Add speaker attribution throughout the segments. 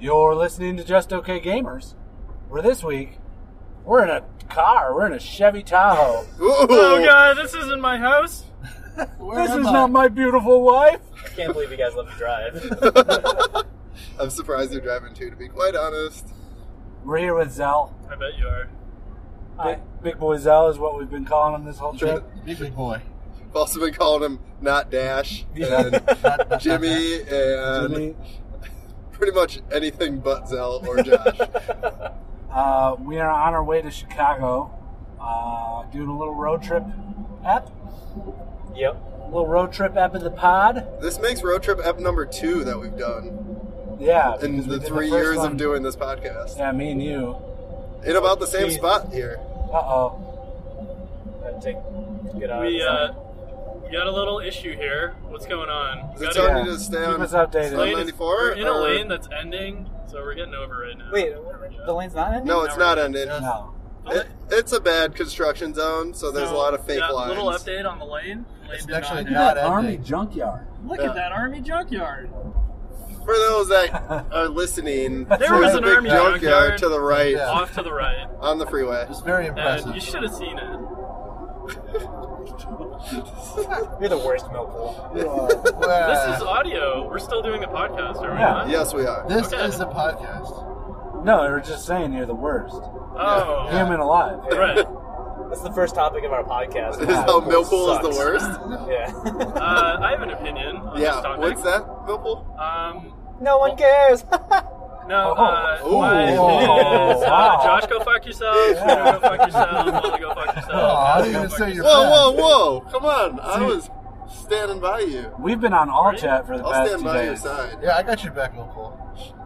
Speaker 1: You're listening to Just Okay Gamers, where this week we're in a car. We're in a Chevy Tahoe.
Speaker 2: Oh god, this isn't my house.
Speaker 1: this is not my beautiful wife.
Speaker 3: I can't believe you guys let me drive.
Speaker 1: Oh,
Speaker 4: I'm surprised you're driving too, to be quite honest.
Speaker 1: We're here with Zell.
Speaker 2: I bet you are.
Speaker 1: Big, big Boy Zell is what we've been calling him this whole trip.
Speaker 5: Big boy.
Speaker 4: I've also been calling him Not Dash and Jimmy and
Speaker 1: Jimmy.
Speaker 4: pretty much anything but Zell or Josh.
Speaker 1: Uh, we are on our way to Chicago, uh, doing a little road trip app.
Speaker 3: yep.
Speaker 1: Little road trip app of the pod.
Speaker 4: this makes road trip ep number two that we've done
Speaker 1: Yeah.
Speaker 4: in
Speaker 1: because we
Speaker 4: the
Speaker 1: did
Speaker 4: three
Speaker 1: first
Speaker 4: years
Speaker 1: one-
Speaker 4: of doing this podcast.
Speaker 1: Yeah, me and you.
Speaker 4: In about the same
Speaker 1: Jeez.
Speaker 4: spot here.
Speaker 1: Uh oh.
Speaker 3: Gotta take get out.
Speaker 2: We
Speaker 3: of
Speaker 2: uh we got a little issue here. What's going on?
Speaker 4: Is
Speaker 2: We
Speaker 4: it
Speaker 2: got
Speaker 4: telling
Speaker 2: a-
Speaker 4: you to stay
Speaker 1: Keep
Speaker 4: on
Speaker 1: us updated.
Speaker 4: Lane
Speaker 2: lane is-
Speaker 4: 94?
Speaker 2: we're in a
Speaker 4: or-
Speaker 2: lane that's ending, so we're getting over right now.
Speaker 3: Wait, the lane's not in.
Speaker 4: No, it's not ended.
Speaker 1: No.
Speaker 4: It, it's a bad construction zone, so there's a lot of fake
Speaker 2: yeah,
Speaker 4: lines.
Speaker 2: Little update on the lane. The lane
Speaker 5: It's
Speaker 2: did
Speaker 5: actually
Speaker 2: not end.
Speaker 5: not
Speaker 1: Army
Speaker 5: ending.
Speaker 1: junkyard.
Speaker 2: Look
Speaker 4: Yeah.
Speaker 2: at that army junkyard.
Speaker 4: For those that are listening,
Speaker 2: There
Speaker 4: there's
Speaker 2: was
Speaker 4: a
Speaker 2: an
Speaker 4: big
Speaker 2: army
Speaker 4: junkyard,
Speaker 2: junkyard.
Speaker 4: to the right
Speaker 5: Yeah.
Speaker 2: Off to the right.
Speaker 4: on the freeway.
Speaker 5: It's very
Speaker 2: And Uh, you
Speaker 5: impressive.
Speaker 2: should have seen it.
Speaker 3: You're the worst milk.
Speaker 1: You are-
Speaker 5: Well,
Speaker 2: This is audio. We're still doing a podcast, are we
Speaker 1: Yeah.
Speaker 2: not?
Speaker 4: Yes, we are.
Speaker 5: this
Speaker 2: okay.
Speaker 5: is a
Speaker 4: Oh,
Speaker 5: podcast.
Speaker 1: no, we were just saying you're the worst.
Speaker 2: Oh.
Speaker 1: Human alive.
Speaker 2: Right.
Speaker 3: That's the first topic of our podcast.
Speaker 4: Is how Millpool
Speaker 3: sucks.
Speaker 4: is the worst?
Speaker 3: Yeah.
Speaker 2: Uh, I have an opinion on this
Speaker 4: yeah.
Speaker 2: topic.
Speaker 4: What's that, Millpool?
Speaker 2: Um,
Speaker 3: no one cares.
Speaker 2: No, uh,
Speaker 4: Oh.
Speaker 2: my
Speaker 4: Ooh.
Speaker 2: opinion is, uh,
Speaker 1: Wow.
Speaker 2: Josh, go fuck yourself. Peter, go fuck yourself. Wally, go fuck yourself.
Speaker 5: Oh, I was
Speaker 2: Go
Speaker 5: gonna
Speaker 2: fuck
Speaker 5: say you're-
Speaker 2: yourself.
Speaker 4: Whoa, whoa, whoa! Come on, I was standing by you.
Speaker 1: We've been on all
Speaker 2: Really?
Speaker 1: chat for the
Speaker 4: I'll
Speaker 1: past
Speaker 4: stand
Speaker 1: two
Speaker 4: by your
Speaker 1: days.
Speaker 4: side.
Speaker 5: Yeah, I got your back, local.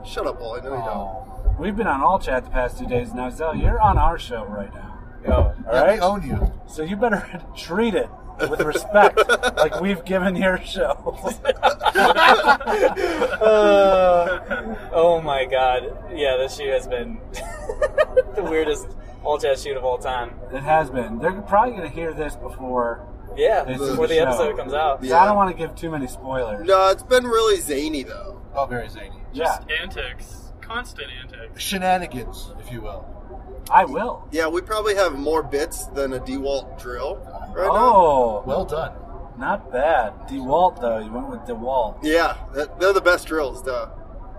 Speaker 4: Shut up, Paul. I know you don't.
Speaker 5: Oh,
Speaker 1: We've been on all chat the past two days now. Zell, you're on our show right now.
Speaker 3: no.
Speaker 1: All
Speaker 5: yeah,
Speaker 1: right?
Speaker 5: we own you.
Speaker 1: So you better treat it with respect, like we've given your show.
Speaker 3: Uh, oh my god. Yeah, this shoot has been the weirdest all chat shoot of all time.
Speaker 1: it has been. They're probably going to hear this before.
Speaker 3: Yeah,
Speaker 1: This is
Speaker 3: before
Speaker 1: the
Speaker 3: the
Speaker 1: show.
Speaker 3: episode comes out.
Speaker 1: So I
Speaker 4: Yeah.
Speaker 1: don't want to give too many spoilers.
Speaker 4: No, it's been really zany though.
Speaker 5: Oh, very zany.
Speaker 1: Yeah,
Speaker 2: Antics. Constant antics.
Speaker 5: Shenanigans, if you will.
Speaker 1: I will.
Speaker 4: Yeah, we probably have more bits than a DeWalt drill right
Speaker 1: Oh,
Speaker 5: Well done.
Speaker 1: not bad. DeWalt, though. You went with DeWalt.
Speaker 4: now. Yeah, that- they're the best drills, though.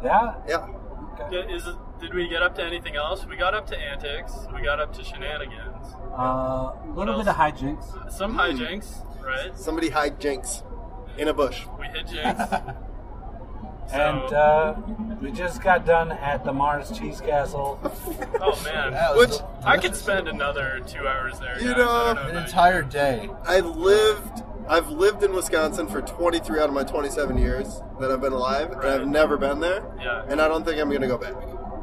Speaker 1: Yeah?
Speaker 4: Yeah.
Speaker 1: Okay.
Speaker 2: Did, is, it- did we get up to anything else? We got up to antics. We got up to shenanigans.
Speaker 1: Uh, a little
Speaker 2: else?
Speaker 1: bit of hijinks.
Speaker 2: Some
Speaker 5: Hmm.
Speaker 2: hijinks, right?
Speaker 4: Somebody hide Jinx in a bush.
Speaker 2: We hit jinx. So-
Speaker 1: And uh, we just got done at the Mars Cheese Castle.
Speaker 2: oh man.
Speaker 5: That was
Speaker 4: Which-
Speaker 2: I could spend another two hours there.
Speaker 4: You
Speaker 2: guys. I
Speaker 4: know-
Speaker 2: don't know
Speaker 5: an
Speaker 2: about
Speaker 5: entire day.
Speaker 4: I lived. I've lived in Wisconsin for 23 out of my 27 years that I've been alive, and
Speaker 2: Right.
Speaker 4: I've never been there.
Speaker 2: Yeah.
Speaker 4: And I don't think I'm gonna go back.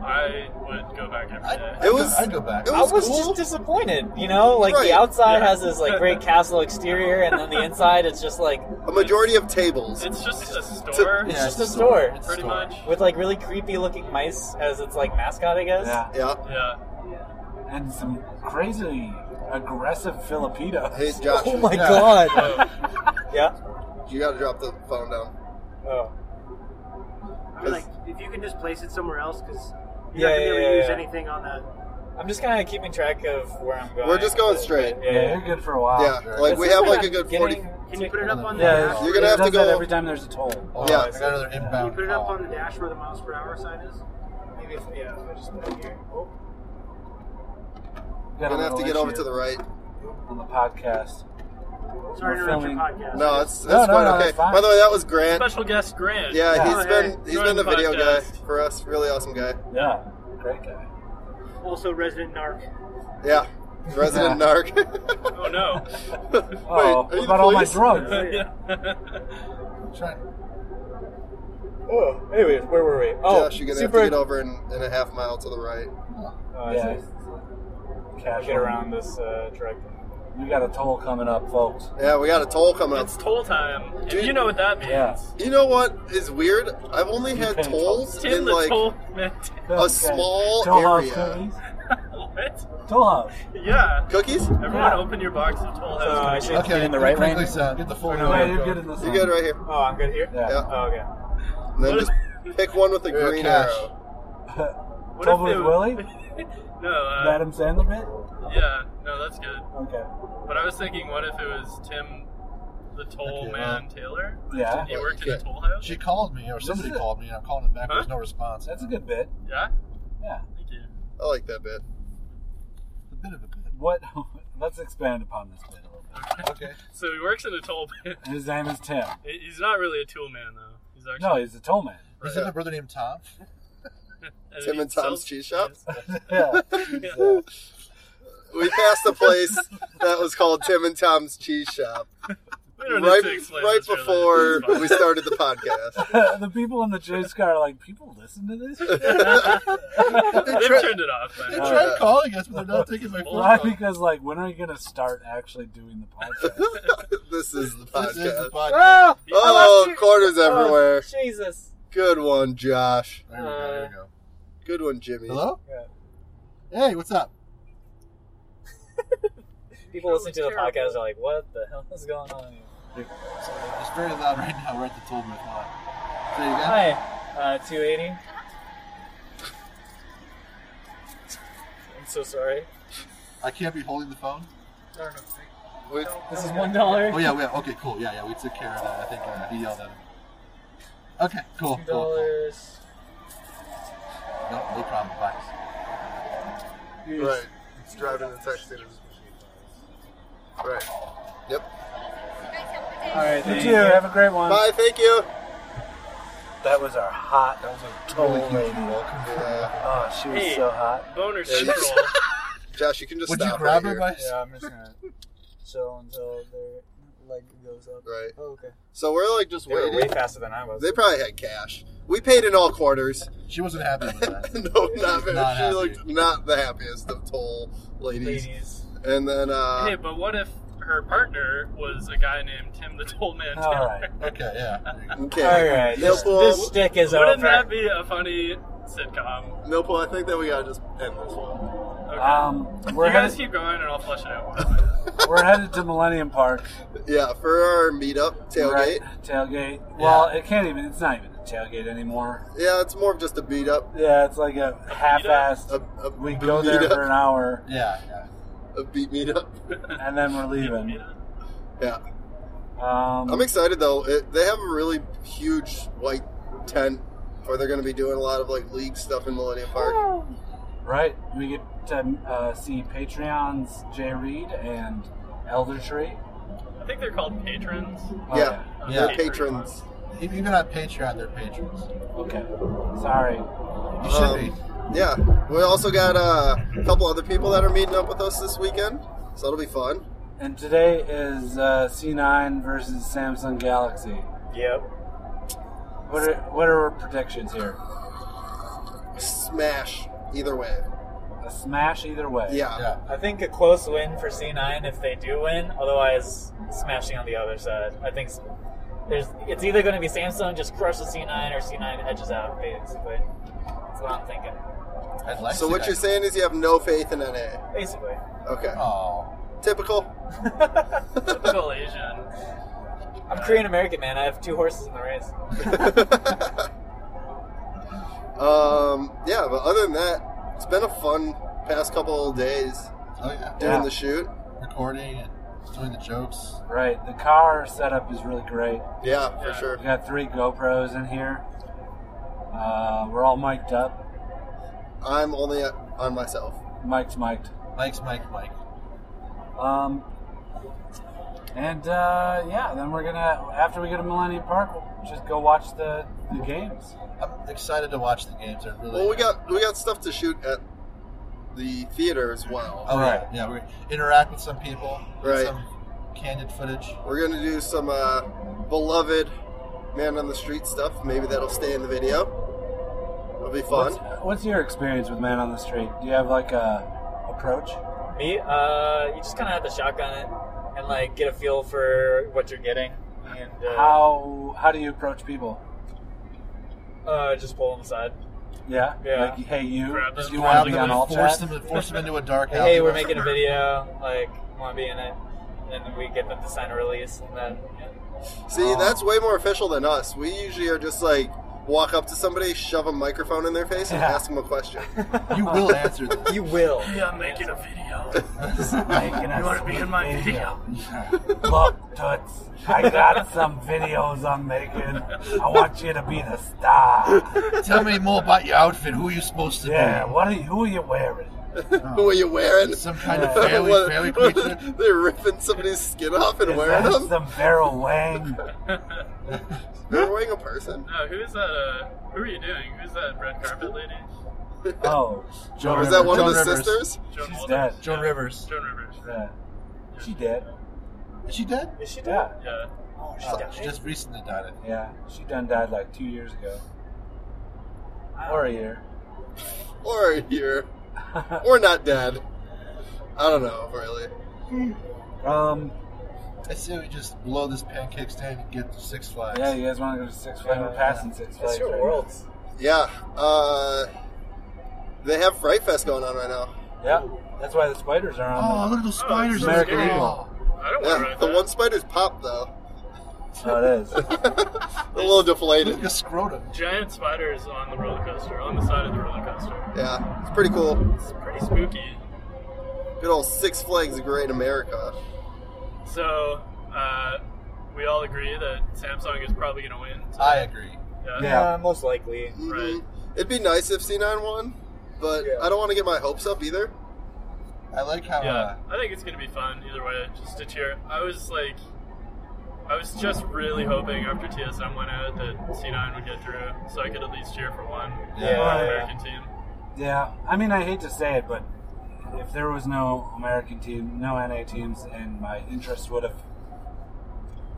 Speaker 2: I would go back every day.
Speaker 5: I-
Speaker 4: It was.
Speaker 5: I'd go back.
Speaker 4: It
Speaker 3: I
Speaker 4: was,
Speaker 3: was
Speaker 4: cool.
Speaker 3: just disappointed, you know? Like
Speaker 4: Right.
Speaker 3: the outside
Speaker 2: Yeah.
Speaker 3: has this like great castle exterior and then the inside it's just like
Speaker 4: a majority of tables.
Speaker 2: It's just a store,
Speaker 3: it's
Speaker 5: Yeah,
Speaker 3: just a
Speaker 5: it's a
Speaker 3: store.
Speaker 5: store.
Speaker 2: pretty much.
Speaker 3: With like really creepy looking mice as its like mascot, I guess.
Speaker 1: Yeah,
Speaker 4: yeah.
Speaker 2: Yeah.
Speaker 1: and some crazy aggressive Filipinos.
Speaker 4: Hey Josh,
Speaker 3: Oh my
Speaker 5: Yeah.
Speaker 3: god. yeah.
Speaker 4: you gotta drop the phone down.
Speaker 3: Oh.
Speaker 6: I mean, like, if you can just place it somewhere else, because you're
Speaker 3: Yeah,
Speaker 6: not gonna be able
Speaker 3: yeah,
Speaker 6: to use
Speaker 3: yeah.
Speaker 6: anything on that.
Speaker 3: I'm just kind of keeping track of where I'm going.
Speaker 4: We're just going
Speaker 3: but-
Speaker 4: straight.
Speaker 3: Yeah.
Speaker 1: Yeah, you're good for a while.
Speaker 4: Yeah, like
Speaker 3: It's
Speaker 4: we
Speaker 3: just
Speaker 4: have
Speaker 3: that
Speaker 4: like
Speaker 3: I'm
Speaker 4: a good
Speaker 3: getting-
Speaker 4: 40.
Speaker 6: Can you put it up on the
Speaker 1: Yeah,
Speaker 6: dash?
Speaker 1: it-
Speaker 4: You're gonna
Speaker 1: it
Speaker 4: have to
Speaker 1: does that
Speaker 4: go-
Speaker 1: every time there's a toll.
Speaker 5: Oh,
Speaker 4: Yeah.
Speaker 5: I got another
Speaker 6: Can
Speaker 5: inbound.
Speaker 6: you put it up
Speaker 5: call.
Speaker 6: on the dash where the miles per hour sign is?
Speaker 3: Oh. Maybe if, yeah, if I just put it here. Oh,
Speaker 1: Got a
Speaker 4: You're gonna have to
Speaker 1: little
Speaker 4: get over
Speaker 1: issue
Speaker 4: to the right.
Speaker 1: on the podcast.
Speaker 6: Sorry to
Speaker 1: We're
Speaker 6: interrupt your
Speaker 1: filming.
Speaker 6: podcast.
Speaker 4: No, that's
Speaker 1: No,
Speaker 4: that's
Speaker 1: no,
Speaker 4: quite
Speaker 1: no,
Speaker 4: okay.
Speaker 1: that's fine.
Speaker 4: By the way, that was Grant.
Speaker 2: Special guest Grant.
Speaker 4: Yeah,
Speaker 1: Yeah.
Speaker 4: he's
Speaker 6: Oh,
Speaker 4: been
Speaker 6: hey.
Speaker 4: he's
Speaker 2: Join
Speaker 4: been the
Speaker 2: the
Speaker 4: video guy
Speaker 2: podcast.
Speaker 4: for us. Really awesome guy.
Speaker 1: Yeah, great guy.
Speaker 6: also resident narc.
Speaker 4: Yeah, resident
Speaker 1: Yeah.
Speaker 4: narc.
Speaker 2: Oh no.
Speaker 4: Wait,
Speaker 1: Oh,
Speaker 4: are you the
Speaker 1: about all my
Speaker 4: police?
Speaker 1: drugs.
Speaker 2: yeah.
Speaker 5: Try-
Speaker 3: oh. Anyways, where were we? Oh,
Speaker 4: Josh, you're gonna
Speaker 3: super.
Speaker 4: have to get over in, in a half mile to the right.
Speaker 3: Oh, I
Speaker 1: Yeah.
Speaker 3: see. I'll
Speaker 1: Casual.
Speaker 3: get around this uh, truck.
Speaker 1: We got a toll coming up, folks.
Speaker 4: Yeah, we got a toll coming up.
Speaker 2: It's toll time.
Speaker 4: Dude.
Speaker 2: And you know what that means.
Speaker 1: Yeah.
Speaker 4: You know what is weird? I've only had
Speaker 1: pay
Speaker 4: tolls
Speaker 2: Tim
Speaker 4: in
Speaker 2: the
Speaker 4: like
Speaker 2: toll man.
Speaker 1: Okay.
Speaker 4: small
Speaker 1: toll
Speaker 4: area.
Speaker 1: House cookies.
Speaker 2: what?
Speaker 1: Toll house.
Speaker 2: Yeah.
Speaker 4: cookies.
Speaker 2: Everyone
Speaker 1: Yeah. Uh,
Speaker 2: open your box of toll
Speaker 3: So I
Speaker 2: house.
Speaker 3: should
Speaker 5: Okay,
Speaker 3: get in the right
Speaker 5: quickly,
Speaker 3: lane.
Speaker 5: Sam, Get the full.
Speaker 1: No,
Speaker 5: road
Speaker 1: you're
Speaker 5: going.
Speaker 1: good in this
Speaker 4: You
Speaker 1: one.
Speaker 4: good right here?
Speaker 3: Oh, I'm good here.
Speaker 1: Yeah.
Speaker 4: Yeah.
Speaker 3: Oh, okay.
Speaker 4: And then just pick one with a
Speaker 5: You're a
Speaker 4: green
Speaker 5: cash.
Speaker 4: arrow.
Speaker 2: What
Speaker 1: Trouble
Speaker 2: if
Speaker 1: with
Speaker 2: it-
Speaker 1: Willie?
Speaker 2: no. Uh,
Speaker 1: The Adam Sandler bit?
Speaker 2: yeah. No, that's good.
Speaker 1: Okay.
Speaker 2: But I was thinking, what if it was Tim, the Toll
Speaker 5: Okay,
Speaker 2: Man
Speaker 5: well.
Speaker 2: Taylor?
Speaker 1: Yeah.
Speaker 2: He worked in
Speaker 5: Yeah.
Speaker 2: a toll house.
Speaker 5: She called me, or somebody
Speaker 1: is-
Speaker 5: called me, and I'm calling it back.
Speaker 2: Huh?
Speaker 5: There's no response.
Speaker 1: That's a good bit.
Speaker 2: Yeah.
Speaker 1: Yeah.
Speaker 2: Thank you.
Speaker 4: I like that bit.
Speaker 5: a bit of a bit.
Speaker 1: What? Let's expand upon this bit a little bit.
Speaker 5: Okay.
Speaker 2: So he works in a toll. man.
Speaker 1: His name is Tim.
Speaker 2: He- He's not really a tool man though. He's actually
Speaker 1: No, he's a toll man.
Speaker 5: Is that a brother named Tom?
Speaker 2: and
Speaker 4: Tim
Speaker 2: he
Speaker 4: and Tom's
Speaker 2: sells
Speaker 4: Cheese Shop?
Speaker 2: cheese.
Speaker 1: Yeah.
Speaker 2: Yeah.
Speaker 4: We passed a place that was called Tim and Tom's Cheese Shop
Speaker 2: We don't
Speaker 4: right,
Speaker 2: need to explain
Speaker 4: right
Speaker 2: this, really.
Speaker 4: before
Speaker 2: It's fine.
Speaker 4: we started the podcast.
Speaker 1: the people in the chase car are like, people listen to this?
Speaker 2: They've
Speaker 4: Tri-
Speaker 2: turned it off. by
Speaker 5: They
Speaker 2: now.
Speaker 5: tried calling us, but they're not taking my
Speaker 1: Why?
Speaker 5: phone
Speaker 1: Because, like, when are you going to start actually doing the podcast?
Speaker 4: this is the
Speaker 5: call. This is the
Speaker 4: podcast.
Speaker 5: podcast.
Speaker 4: Oh, quarters everywhere.
Speaker 3: Jesus.
Speaker 4: Good one, Josh.
Speaker 5: There we go. There we go.
Speaker 4: Good one, Jimmy.
Speaker 5: Hello?
Speaker 1: Yeah.
Speaker 5: Hey, what's up?
Speaker 3: People listening to the podcast are like, what the hell is going on here?
Speaker 5: It's very loud right now. We're at the Tollbooth lot. Say it again.
Speaker 3: Hi, uh, 280. I'm so sorry.
Speaker 5: I can't be holding the phone.
Speaker 4: We-
Speaker 3: This is one dollar.
Speaker 5: Oh yeah, we okay, cool. Yeah, yeah, we took care of that. I think uh, he yelled at him. Okay, cool.
Speaker 3: Two
Speaker 5: cool, cool.
Speaker 3: dollars.
Speaker 5: No, no problem. Bye.
Speaker 4: Right. It's driving and texting. Right. Yep.
Speaker 3: All right,
Speaker 1: you
Speaker 3: thank
Speaker 1: too. Have a great one.
Speaker 4: Bye. Thank you.
Speaker 1: That was our hot. That was our toll
Speaker 5: Really huge
Speaker 1: lady.
Speaker 4: Yeah.
Speaker 1: Oh, she was
Speaker 2: Hey.
Speaker 1: so hot.
Speaker 2: Boner
Speaker 4: Yeah, you-
Speaker 2: Central.
Speaker 4: Josh, you can just
Speaker 5: Would
Speaker 4: stop
Speaker 5: you grab
Speaker 4: right
Speaker 5: her
Speaker 4: here.
Speaker 5: by?
Speaker 3: Yeah, I'm just gonna chill until their leg goes up.
Speaker 4: Right.
Speaker 3: Oh, okay.
Speaker 4: So we're like just
Speaker 3: They were
Speaker 4: waiting.
Speaker 3: way faster than I was.
Speaker 4: They probably had cash. We paid in all quarters.
Speaker 5: She wasn't happy with that.
Speaker 4: no, not very.
Speaker 5: Not
Speaker 4: she
Speaker 5: happy.
Speaker 4: looked not the happiest of toll ladies.
Speaker 3: Ladies.
Speaker 4: And then, uh,
Speaker 2: hey, but what if her partner was a guy named Tim the Toll Man Taylor?
Speaker 1: All right.
Speaker 5: Okay, yeah.
Speaker 4: okay.
Speaker 3: All right.
Speaker 4: No
Speaker 3: This, this
Speaker 4: pull.
Speaker 3: shtick is
Speaker 2: Wouldn't
Speaker 3: over.
Speaker 2: that be a funny sitcom?
Speaker 4: No pull. I think that we gotta just end this one.
Speaker 2: Okay.
Speaker 1: Um, we're
Speaker 2: you guys
Speaker 1: headed,
Speaker 2: keep going, and I'll flush it out.
Speaker 1: we're headed to Millennium Park.
Speaker 4: Yeah, for our meetup tailgate.
Speaker 1: Right? Tailgate. Well, it can't even. It's not even a tailgate anymore.
Speaker 4: Yeah, it's more of just a beat up.
Speaker 1: Yeah, it's like a half-assed.
Speaker 4: A, a
Speaker 1: We
Speaker 4: beat
Speaker 1: go there
Speaker 4: meetup.
Speaker 1: for an hour
Speaker 5: Yeah, yeah.
Speaker 4: a beat meetup.
Speaker 1: and then we're leaving.
Speaker 4: Yeah,
Speaker 1: Um,
Speaker 4: I'm excited though. It, they have a really huge white tent where they're gonna be doing a lot of like league stuff in Millennium Park.
Speaker 1: Right. We get to uh, see Patreons Jay Reed and Elder Tree.
Speaker 2: I think they're called patrons.
Speaker 1: Oh,
Speaker 4: Yeah.
Speaker 2: Uh,
Speaker 5: Yeah.
Speaker 4: They're patrons.
Speaker 5: E-, Even even on Patreon, they're patrons.
Speaker 1: Okay. Sorry.
Speaker 5: You should
Speaker 4: Um,
Speaker 5: be.
Speaker 4: Yeah, we also got uh, a couple other people that are meeting up with us this weekend, so it'll be fun.
Speaker 1: And today is uh, C9 versus Samsung Galaxy.
Speaker 3: Yep.
Speaker 1: What are what are our predictions here?
Speaker 4: Smash either way.
Speaker 1: A smash either way.
Speaker 4: Yeah,
Speaker 5: Yeah.
Speaker 3: I think a close win for C9 if they do win. Otherwise, smashing on the other side. I think s- there's it's either going to be Samsung just crushes C9 or C9 edges out basically. That's what I'm thinking.
Speaker 5: I'd like
Speaker 4: So
Speaker 5: to
Speaker 4: what
Speaker 5: see
Speaker 4: you're
Speaker 5: that.
Speaker 4: saying is you have no faith in NA.
Speaker 3: Basically.
Speaker 4: Okay.
Speaker 5: Oh,
Speaker 4: Typical.
Speaker 2: Typical Asian.
Speaker 3: I'm Korean American man. I have two horses in the race.
Speaker 4: um, yeah, but other than that, it's been a fun past couple of days
Speaker 5: oh yeah.
Speaker 4: doing
Speaker 1: Yeah.
Speaker 4: the shoot.
Speaker 5: Recording and doing the jokes.
Speaker 1: Right. The car setup is really great.
Speaker 4: Yeah, for
Speaker 2: Yeah.
Speaker 4: sure.
Speaker 1: We got three GoPros in here. Uh, we're all mic'd up.
Speaker 4: I'm only on myself.
Speaker 1: Mic'd, mic'd.
Speaker 5: Mike's Mike Mike.
Speaker 1: Um, and uh, yeah, then we're gonna after we go to Millennium Park, we'll just go watch the, the games.
Speaker 5: I'm excited to watch the games. They're really.
Speaker 4: Well, we got we got stuff to shoot at the theater as well.
Speaker 5: Oh
Speaker 1: Right.
Speaker 5: yeah, yeah. We interact with some people. get
Speaker 4: Right.
Speaker 5: Some candid footage.
Speaker 4: We're gonna do some uh, beloved man on the street stuff. Maybe that'll stay in the video. It'll be fun.
Speaker 1: What's, what's your experience with Man on the Street? Do you have like a approach?
Speaker 3: Me, uh, you just kind of have to shotgun it and like get a feel for what you're getting and uh,
Speaker 1: How how do you approach people?
Speaker 3: uh, just pull them aside.
Speaker 1: Yeah,
Speaker 3: Yeah.
Speaker 1: like hey you,
Speaker 2: Grab them,
Speaker 1: do you want to
Speaker 5: Grab
Speaker 1: be
Speaker 5: them
Speaker 1: on
Speaker 5: and
Speaker 1: all
Speaker 5: force
Speaker 1: chat?
Speaker 5: them, force them into a dark alley.
Speaker 3: hey, we're making a video. Like, want to be in it? And then we get them to sign a release and then. Yeah.
Speaker 4: See, that's way more official than us. We usually are just like walk up to somebody, shove a microphone in their face, and
Speaker 1: Yeah.
Speaker 4: ask them a question.
Speaker 5: You will answer this.
Speaker 3: You will.
Speaker 2: Hey, I'm making a video.
Speaker 1: Making
Speaker 2: You want to
Speaker 1: us
Speaker 2: be in my video?
Speaker 1: look, Toots. I got some videos I'm making. I want you to be the star.
Speaker 5: Tell me more about your outfit. Who are you supposed to
Speaker 1: Yeah, what are you, who are you wearing?
Speaker 4: Who are you wearing?
Speaker 5: be? Some kind of fairy, fairy creature?
Speaker 4: They're ripping somebody's skin off and
Speaker 1: Is
Speaker 4: wearing
Speaker 1: that
Speaker 4: them.
Speaker 1: some Vera Wang?
Speaker 4: They're wearing a person.
Speaker 2: No, who is that? Uh, who are you doing? Who's that red carpet lady?
Speaker 1: Oh,
Speaker 5: Joan
Speaker 4: Or is
Speaker 5: Rivers.
Speaker 4: that one of
Speaker 5: Joan
Speaker 4: the
Speaker 5: Rivers.
Speaker 4: sisters?
Speaker 2: Joan
Speaker 1: She's
Speaker 2: Walden?
Speaker 1: dead.
Speaker 5: Joan Rivers.
Speaker 2: Joan Rivers.
Speaker 1: yeah. she did.
Speaker 5: Is she dead?
Speaker 3: Is she
Speaker 1: Yeah,
Speaker 3: dead?
Speaker 2: Yeah.
Speaker 3: Oh, she
Speaker 5: Oh,
Speaker 3: died.
Speaker 5: she just recently died. I think.
Speaker 1: yeah. She done died like two years ago. Or a year.
Speaker 4: Or you're. Or not dead. I don't know, really.
Speaker 1: Um,
Speaker 5: I say we just blow this pancake stand and get to Six Flags.
Speaker 1: yeah, you guys want to go to Six Flags? We're
Speaker 3: Yeah.
Speaker 1: passing Six Flags.
Speaker 3: It's your
Speaker 1: right
Speaker 3: world.
Speaker 4: Yeah. Uh, they have Fright Fest going on right now.
Speaker 1: now. Yeah, that's why the spiders are
Speaker 5: Oh,
Speaker 1: on.
Speaker 5: look at those
Speaker 2: Oh,
Speaker 5: spiders!
Speaker 2: it's
Speaker 1: American
Speaker 5: there.
Speaker 1: Eagle.
Speaker 2: I don't want to
Speaker 4: Yeah,
Speaker 2: ride
Speaker 4: the
Speaker 2: that.
Speaker 4: one spider's popped though.
Speaker 1: the oh, it is.
Speaker 4: A little
Speaker 5: Look at
Speaker 4: deflated.
Speaker 5: the scrotum.
Speaker 2: Giant spiders on the roller coaster, on the side of the roller coaster.
Speaker 4: Yeah, it's pretty cool.
Speaker 2: It's pretty spooky.
Speaker 4: Good old Six Flags Great America.
Speaker 2: So, uh, we all agree that Samsung is probably going to win.
Speaker 5: I agree.
Speaker 2: Yeah.
Speaker 1: Yeah.
Speaker 3: Uh, most likely.
Speaker 4: Mhm.
Speaker 2: Right.
Speaker 4: It'd be nice if C9 won, but
Speaker 3: Yeah.
Speaker 4: I don't want to get my hopes up either.
Speaker 5: I like how.
Speaker 2: Yeah,
Speaker 5: Uh,
Speaker 2: I think it's gonna be fun either way. Just to cheer. I was like, I was just really hoping after TSM went out that C9 would get through, so I could at least cheer for one
Speaker 1: Yeah.
Speaker 2: American team.
Speaker 1: Yeah, I mean, I hate to say it, but if there was no American team, no NA teams, and my interest would have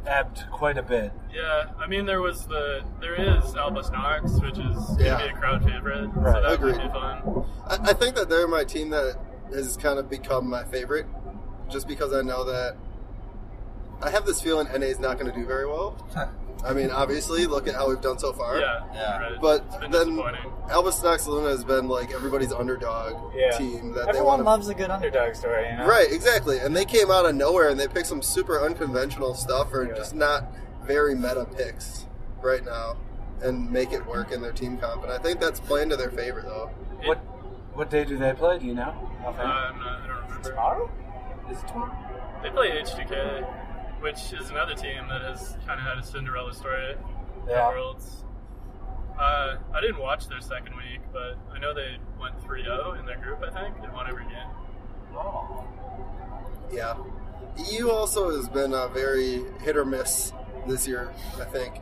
Speaker 1: ebbed quite a bit.
Speaker 2: Yeah, I mean there was the there is Albus Knox, which is gonna
Speaker 4: Yeah.
Speaker 2: be a crowd favorite, so
Speaker 1: Right.
Speaker 2: that would
Speaker 4: Agreed.
Speaker 2: be fun.
Speaker 4: I, I think that they're my team that has kind of become my favorite, just because I know that I have this feeling NA is not going to do very well. I mean, obviously, look at how we've done so far.
Speaker 2: Yeah,
Speaker 5: Yeah.
Speaker 2: right.
Speaker 4: But
Speaker 2: it's been
Speaker 4: then
Speaker 2: disappointing.
Speaker 4: Albus Knox Luna has been like everybody's underdog
Speaker 3: Yeah.
Speaker 4: team that they want.
Speaker 3: Everyone loves a good underdog story, you know?
Speaker 4: Right, exactly. And they came out of nowhere and they picked some super unconventional stuff or
Speaker 3: Yeah.
Speaker 4: just not very meta picks right now and make it work in their team comp. And I think that's playing to their favor, though.
Speaker 2: It-
Speaker 1: What what day do they play? Do you know?
Speaker 2: uh, I'm not, I don't remember.
Speaker 3: Tomorrow?
Speaker 4: Uh,
Speaker 1: Is it tomorrow?
Speaker 2: They play H2K, which is another team that has kind of had a Cinderella story.
Speaker 1: Yeah.
Speaker 2: Worlds. Uh, I didn't watch their second week, but I know they went 3 0 in their group, I think. They won every game.
Speaker 1: Oh.
Speaker 4: Yeah. EU also has been uh, very hit or miss this year, I think.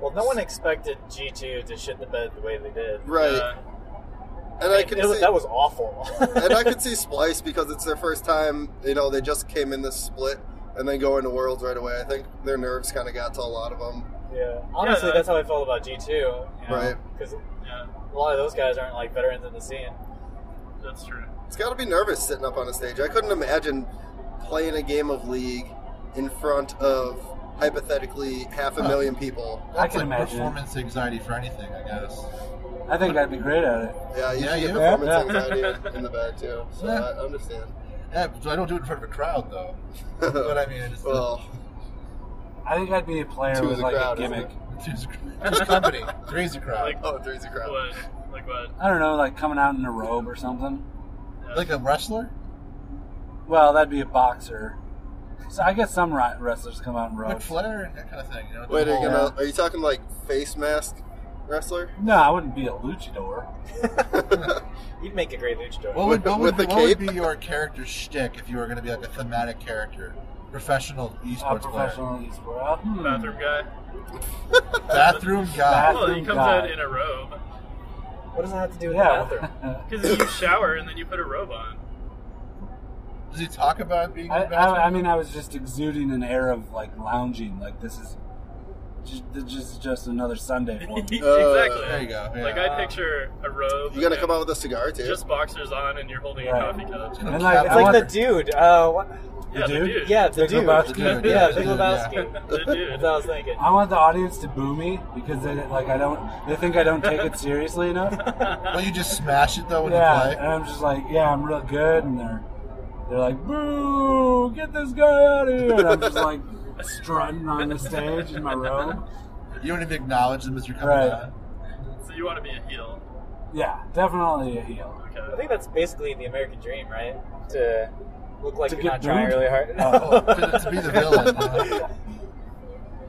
Speaker 3: Well, no one expected G2 to shit the bed the way they did.
Speaker 4: Right.
Speaker 2: Uh,
Speaker 4: and I
Speaker 3: It-
Speaker 4: can
Speaker 3: it was-
Speaker 4: see.
Speaker 3: that was awful.
Speaker 4: and I could see Splice because it's their first time. You know, they just came in this split and then go into Worlds right away. I think their nerves kind of got to a lot of them.
Speaker 3: yeah. Honestly,
Speaker 2: Yeah.
Speaker 3: that's how I felt about G2. You know?
Speaker 4: Right.
Speaker 3: Because
Speaker 2: yeah,
Speaker 3: a lot of those guys aren't like veterans in the scene.
Speaker 2: that's true.
Speaker 4: It's got to be nervous sitting up on a stage. I couldn't imagine playing a game of League in front of hypothetically half a million people.
Speaker 5: that's
Speaker 1: I can
Speaker 5: like
Speaker 1: imagine.
Speaker 5: performance anxiety for anything, I guess.
Speaker 1: I think I'd be great at it.
Speaker 4: Yeah, you
Speaker 5: Yeah,
Speaker 4: should get
Speaker 5: you-
Speaker 4: performance
Speaker 1: yeah.
Speaker 4: anxiety in the bag too. So
Speaker 5: Yeah.
Speaker 4: I understand.
Speaker 5: Yeah, so I don't do it in front of a crowd though. but I mean, it's
Speaker 4: well,
Speaker 1: I think I'd be a player
Speaker 4: Two in
Speaker 1: with
Speaker 4: the
Speaker 1: like
Speaker 4: crowd,
Speaker 1: a
Speaker 4: isn't
Speaker 1: gimmick.
Speaker 5: two's, two's company, three's a crowd.
Speaker 2: Like-
Speaker 5: Like,
Speaker 4: oh, three's a crowd.
Speaker 2: What? Like what?
Speaker 1: I don't know, like coming out in a robe or something.
Speaker 2: Yeah.
Speaker 5: a wrestler?
Speaker 1: Well, that'd be a boxer. So I guess some ri- wrestlers come out in
Speaker 5: Ric
Speaker 1: robes.
Speaker 5: Flair and that kind of thing. You know, with the
Speaker 4: Wait, are you,
Speaker 5: whole-
Speaker 4: gonna, are you talking like face mask wrestler?
Speaker 1: No, I wouldn't be a luchador.
Speaker 3: You'd make a great luchador.
Speaker 5: What would, what,
Speaker 4: With the
Speaker 5: would, what would
Speaker 4: cape?
Speaker 5: be your character shtick if you were going to be like a thematic character? Professional
Speaker 1: A
Speaker 5: esports player.
Speaker 1: professional esport. Uh, hmm.
Speaker 2: Bathroom guy?
Speaker 5: Bathroom guy.
Speaker 2: Well, he
Speaker 1: Bathroom
Speaker 2: comes
Speaker 1: guy.
Speaker 2: out in a robe.
Speaker 3: What does that have to do with
Speaker 1: Yeah.
Speaker 3: the bathroom?
Speaker 2: Because you shower and then you put a robe on.
Speaker 5: Does he talk about being
Speaker 1: I,
Speaker 5: in the
Speaker 1: I, I
Speaker 5: bathroom?
Speaker 1: mean, I was just exuding an air of like lounging. Like this is just this is just another Sunday for me.
Speaker 3: Oh,
Speaker 2: exactly.
Speaker 5: there you go. Yeah.
Speaker 2: Like, I picture a robe.
Speaker 4: You gonna
Speaker 2: and
Speaker 4: come out with a cigar too?
Speaker 2: Just boxers on and you're holding
Speaker 1: Right.
Speaker 2: a coffee cup.
Speaker 1: and like,
Speaker 5: It's
Speaker 3: It's
Speaker 1: I
Speaker 3: like
Speaker 1: want,
Speaker 3: the dude. Uh, what?
Speaker 2: Yeah, the
Speaker 1: dude?
Speaker 2: dude.
Speaker 3: Yeah, the
Speaker 1: Big
Speaker 3: dude.
Speaker 1: Lebowski.
Speaker 5: The dude,
Speaker 3: Yeah,
Speaker 5: yeah,
Speaker 3: Big
Speaker 5: the dude,
Speaker 3: Lebowski.
Speaker 2: The
Speaker 3: That's
Speaker 2: dude.
Speaker 3: what I was thinking.
Speaker 1: I want the audience to boo me because they like I don't. They think I don't take it seriously enough.
Speaker 5: Well, you just smash it though when
Speaker 1: yeah,
Speaker 5: you
Speaker 1: and
Speaker 5: play.
Speaker 1: I'm just like, yeah, I'm real good, and they're they're like, boo, get this guy out of here, and I'm just like strutting on the stage in my robe.
Speaker 5: You don't even acknowledge them as you're coming
Speaker 1: Right.
Speaker 5: out.
Speaker 2: So you want to be a heel?
Speaker 1: Yeah, definitely a heel.
Speaker 3: I
Speaker 2: Okay.
Speaker 3: think that's basically the American dream, right? To look like
Speaker 1: To
Speaker 3: you're
Speaker 1: get
Speaker 3: not trying
Speaker 1: booed?
Speaker 3: really hard.
Speaker 1: Oh,
Speaker 5: to, to be the villain. huh?
Speaker 1: Uh,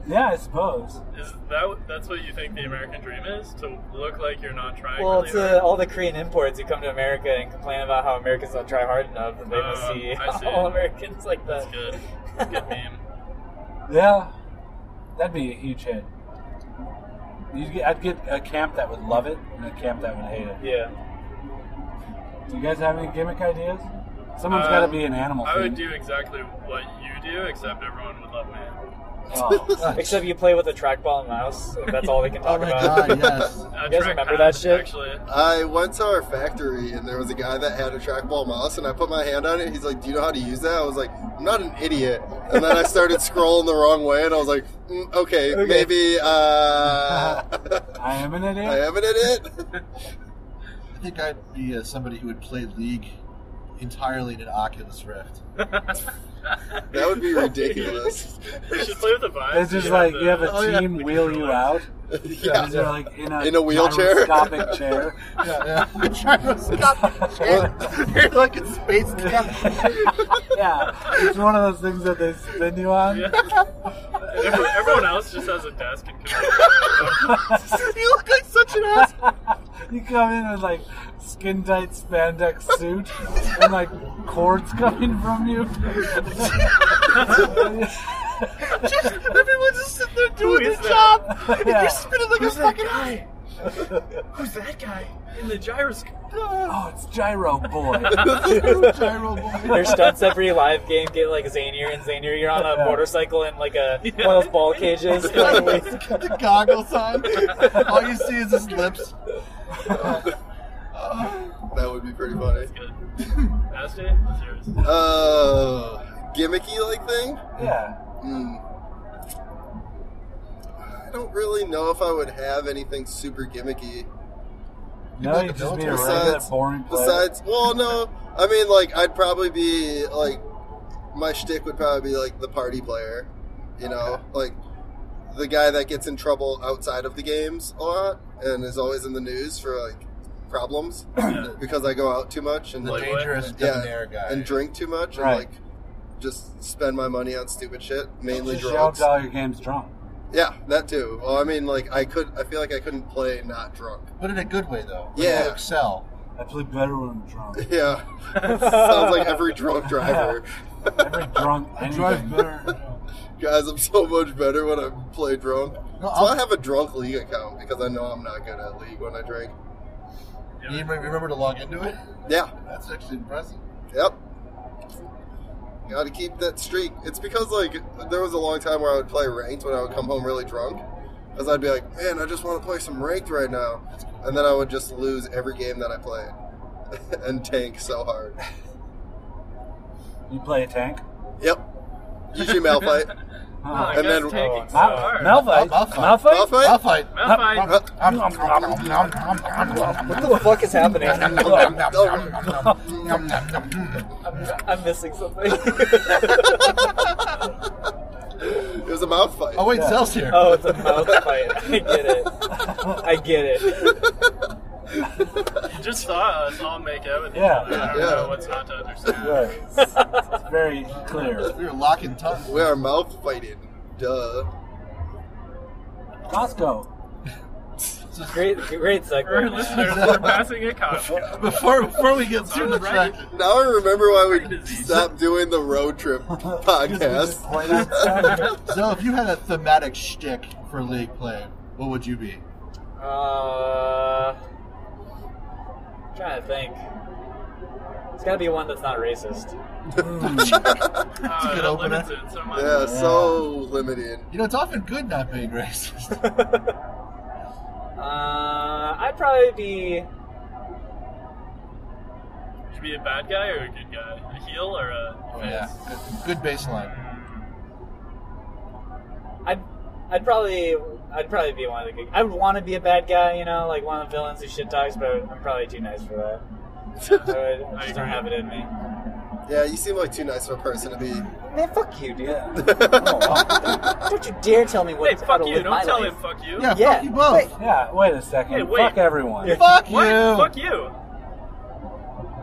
Speaker 1: Yeah, I suppose.
Speaker 2: Is that that's what you think the American dream is? To look like you're not trying.
Speaker 3: well,
Speaker 2: really
Speaker 3: it's uh, all the Korean imports who come to America and complain about how Americans don't try hard enough. That they must
Speaker 2: Oh,
Speaker 3: see,
Speaker 2: I see.
Speaker 3: all Americans like that.
Speaker 2: hard. good. It's a good meme.
Speaker 1: Yeah, that'd be a huge hit. You'd get, I'd get a camp that would love it and a camp that would hate it.
Speaker 3: Yeah.
Speaker 1: Do you guys have any gimmick ideas? Someone's got to
Speaker 2: Um,
Speaker 1: be an animal.
Speaker 2: I would
Speaker 1: theme.
Speaker 2: do exactly what you do, except everyone would love me.
Speaker 1: Oh.
Speaker 3: Except you play with a trackball and mouse. and That's all they can
Speaker 5: oh
Speaker 3: talk
Speaker 5: my
Speaker 3: about.
Speaker 5: god, yes.
Speaker 2: Uh,
Speaker 3: You guys
Speaker 2: track
Speaker 3: remember
Speaker 2: pads,
Speaker 3: that shit?
Speaker 2: Actually,
Speaker 4: I went to our factory and there was a guy that had a trackball mouse and I put my hand on it. He's like, "Do you know how to use that?" I was like, "I'm not an idiot." And then I started scrolling the wrong way and I was like, mm, "Okay,
Speaker 3: Okay.
Speaker 4: maybe uh,
Speaker 1: I am an idiot.
Speaker 4: I am an idiot."
Speaker 5: I think I'd be uh, somebody who would play League entirely in an Oculus Rift.
Speaker 4: That would be ridiculous.
Speaker 2: we should play with the vibes.
Speaker 1: It's just
Speaker 2: You
Speaker 1: like
Speaker 2: the-
Speaker 1: you have a
Speaker 5: Oh, yeah.
Speaker 1: team wheel you out.
Speaker 4: yeah.
Speaker 1: And you're like in a,
Speaker 4: In a wheelchair?
Speaker 1: gyroscopic chair.
Speaker 5: Yeah, yeah. Gyroscopic chair. You're like a space captain.
Speaker 1: yeah, it's one of those things that they spin you on.
Speaker 2: Yeah. Every- Everyone else just has a desk and computer.
Speaker 5: you look like such an ass.
Speaker 1: you come in with like skin tight spandex suit and like cords coming from you.
Speaker 5: Just, everyone's just sitting there doing
Speaker 2: is
Speaker 5: their
Speaker 2: that?
Speaker 5: job. and
Speaker 1: Yeah.
Speaker 5: You're spinning like a fucking guy?
Speaker 2: Who's that guy in the gyroscope?
Speaker 1: oh, it's Gyro Boy.
Speaker 5: Gyro boy.
Speaker 3: Your stunts every live game get like zanier and zanier. You're on a motorcycle in like a one of those ball cages.
Speaker 5: Got the goggles on. All you see is his lips.
Speaker 4: That would be pretty funny.
Speaker 2: Good. Aston, it's yours.
Speaker 4: Uh, gimmicky like thing?
Speaker 1: yeah.
Speaker 4: Hmm. I don't really know if I would have anything super gimmicky.
Speaker 1: No, you just be a regular
Speaker 4: Besides,
Speaker 1: boring player.
Speaker 4: besides, well, no. I mean, like, I'd probably be like, my shtick would probably be like the party player, you know, like the guy that gets in trouble outside of the games a lot and is always in the news for like problems because I go out too much and
Speaker 5: The
Speaker 2: Like what?
Speaker 5: dangerous
Speaker 4: yeah,
Speaker 5: debonair guy.
Speaker 4: and drink too much
Speaker 1: Right.
Speaker 4: and like just spend my money on stupid shit, mainly
Speaker 1: just
Speaker 4: drugs.
Speaker 1: yelled all your games drunk.
Speaker 4: Yeah, that too. Well, I mean, like I could, I feel like I couldn't play not drunk.
Speaker 5: But in a good way, though. Like,
Speaker 4: Yeah.
Speaker 5: you excel.
Speaker 1: I play better when I'm drunk.
Speaker 4: Yeah, sounds like every drunk driver.
Speaker 1: Every drunk, anything.
Speaker 5: better.
Speaker 4: Guys, I'm so much better when I play drunk. so
Speaker 5: No,
Speaker 4: I
Speaker 5: I'll-
Speaker 4: have a drunk league account because I know I'm not good at league when I drink.
Speaker 5: You remember- remember to log into it?
Speaker 4: Yeah,
Speaker 5: That's actually impressive.
Speaker 4: yep. Got to keep that streak. It's because like there was a long time where I would play ranked when I would come home really drunk, because I'd be like, man, I just want to play some ranked right now, and then I would just lose every game that I played and tank so hard.
Speaker 1: You play a tank.
Speaker 4: Yep. Usually Malphite.
Speaker 2: Oh,
Speaker 1: Huh.
Speaker 4: And
Speaker 2: and
Speaker 4: then- uh,
Speaker 2: then taking so
Speaker 1: Mal-
Speaker 2: hard.
Speaker 1: Malphite.
Speaker 5: Mal- Malphite.
Speaker 1: Malphite?
Speaker 4: Malphite?
Speaker 5: I'll fight.
Speaker 2: Malphite.
Speaker 3: What the fuck is happening? I'm,
Speaker 5: Malphite.
Speaker 3: I'm missing something.
Speaker 4: It was a mouth fight.
Speaker 5: Oh, wait, Zell's here.
Speaker 3: oh, it's a mouth fight. I get it. I get it.
Speaker 2: You just saw us all make out with
Speaker 1: Yeah.
Speaker 2: each other. I don't
Speaker 4: Yeah.
Speaker 2: know what's not to understand.
Speaker 1: Right. It's very clear.
Speaker 5: We were locking tongues.
Speaker 4: We are mouth fighting. Duh.
Speaker 1: Costco.
Speaker 3: Great, great
Speaker 2: For
Speaker 3: segue. man.
Speaker 2: listeners, we're passing a Uh, Costco.
Speaker 5: Before before we get too
Speaker 2: Alright.
Speaker 5: distracted,
Speaker 4: Now I remember why we
Speaker 2: Disease.
Speaker 4: stopped doing the road trip podcast.
Speaker 5: Zell, if you had a thematic shtick for league play, what would you be?
Speaker 3: Uh, trying to think. It's got to be one that's not racist.
Speaker 1: Mm.
Speaker 2: Uh,
Speaker 5: good
Speaker 2: that
Speaker 5: opener.
Speaker 2: limits it so much.
Speaker 4: Yeah, so limited.
Speaker 5: You know, it's often good not being racist.
Speaker 3: Uh, I'd probably be.
Speaker 2: Would you be a bad guy or a good guy? A heel or a
Speaker 5: Oh,
Speaker 2: face?
Speaker 5: yeah, good, good baseline.
Speaker 3: I'd, I'd probably, I'd probably be one of the. Good, I would want to be a bad guy, you know, like one of the villains who shit talks, but I'm probably too nice for that. I, would, I just don't have it in me.
Speaker 4: Yeah, you seem like too nice of a person to be.
Speaker 7: Man, fuck you, dude. Oh, wow. don't you dare tell me what
Speaker 2: Hey,
Speaker 7: to- how
Speaker 2: fuck
Speaker 7: to
Speaker 2: you!
Speaker 7: live my
Speaker 2: Don't tell
Speaker 7: life.
Speaker 2: him fuck you.
Speaker 5: Yeah,
Speaker 7: Yeah,
Speaker 5: fuck you both.
Speaker 7: wait.
Speaker 1: Yeah, wait a second.
Speaker 2: Hey, wait.
Speaker 1: Fuck everyone.
Speaker 5: Fuck
Speaker 2: What?
Speaker 5: you.
Speaker 2: Fuck you!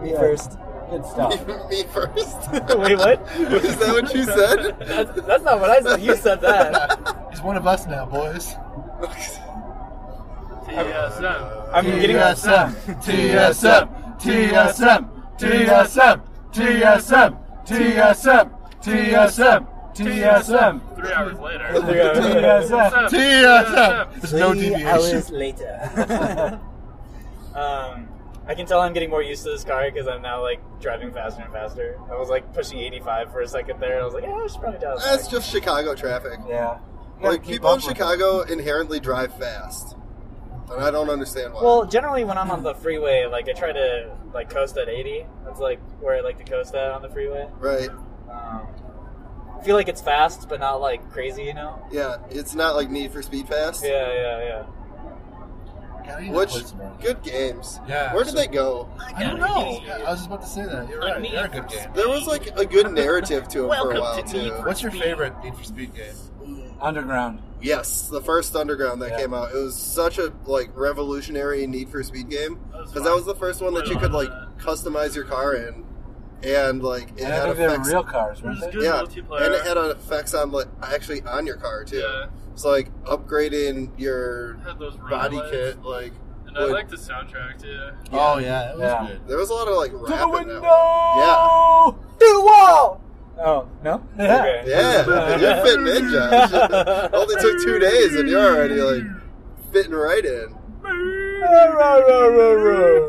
Speaker 7: Me
Speaker 1: Yeah.
Speaker 7: first.
Speaker 1: Good stuff.
Speaker 4: Me first.
Speaker 3: Wait, what?
Speaker 4: Is that what you said?
Speaker 3: That's, that's not what I said. You said that.
Speaker 5: He's one of us now, boys.
Speaker 2: TSM.
Speaker 1: I'm getting
Speaker 5: TSM, TSM, TSM, TSM, TSM, TSM, TSM, TSM,
Speaker 2: Three hours later.
Speaker 3: Three hours later.
Speaker 1: TSM.
Speaker 5: TSM. There's
Speaker 7: Three
Speaker 5: no deviation.
Speaker 7: hours later.
Speaker 3: Um, I can tell I'm getting more used to this car because I'm now like driving faster and faster. I was like pushing 85 for a second there. I was like, yeah, I should probably dial it back.
Speaker 4: That's just Chicago traffic.
Speaker 1: Yeah. You gotta
Speaker 4: Like
Speaker 1: keep
Speaker 4: people
Speaker 1: up
Speaker 4: in
Speaker 1: with it.
Speaker 4: Chicago inherently drive fast, and I don't understand why.
Speaker 3: Well, generally when I'm on the freeway, like I try to like coast at 80. That's like where I like to coast at on the freeway.
Speaker 4: right?
Speaker 3: Um, I feel like it's fast, but not like crazy, you know?
Speaker 4: Yeah, it's not like Need for Speed fast.
Speaker 3: Yeah, yeah, yeah.
Speaker 5: God, I need to
Speaker 4: Which
Speaker 5: play some more.
Speaker 4: good games?
Speaker 5: Yeah.
Speaker 4: Where did they go?
Speaker 5: I don't know. Yeah, I was just about to say that. You're right. They're a good game.
Speaker 4: There was like a good narrative to them for a
Speaker 8: Welcome
Speaker 4: while
Speaker 8: to
Speaker 4: too.
Speaker 8: Need for-
Speaker 5: What's your favorite Need for Speed game?
Speaker 1: Underground.
Speaker 4: Yes, the first Underground that
Speaker 1: Yeah.
Speaker 4: came out. It was such a like revolutionary Need for Speed game
Speaker 2: That was
Speaker 4: because
Speaker 2: fun.
Speaker 4: that was the first one that
Speaker 2: Really
Speaker 4: you could like
Speaker 2: wanted that.
Speaker 4: customize your car in, and like it
Speaker 1: And I
Speaker 4: had
Speaker 1: think they were
Speaker 4: effects.
Speaker 1: real cars,
Speaker 2: It was
Speaker 1: weren't they?
Speaker 2: good
Speaker 4: Yeah,
Speaker 2: multiplayer.
Speaker 4: and it had effects on like actually on your car too.
Speaker 2: yeah,
Speaker 4: It's like upgrading your
Speaker 2: it had those running
Speaker 4: body
Speaker 2: lights.
Speaker 4: kit. Like
Speaker 2: And I
Speaker 4: would-
Speaker 2: liked the soundtrack too.
Speaker 5: Oh yeah, it was
Speaker 1: Yeah.
Speaker 5: good.
Speaker 4: there was a lot of like
Speaker 1: To the
Speaker 4: rap in
Speaker 1: window!
Speaker 4: that. one.
Speaker 7: to the wall.
Speaker 1: Oh, no? Yeah.
Speaker 3: Okay.
Speaker 4: Yeah, you're fitting in, Josh. It Only took two days, and you're already like fitting right in.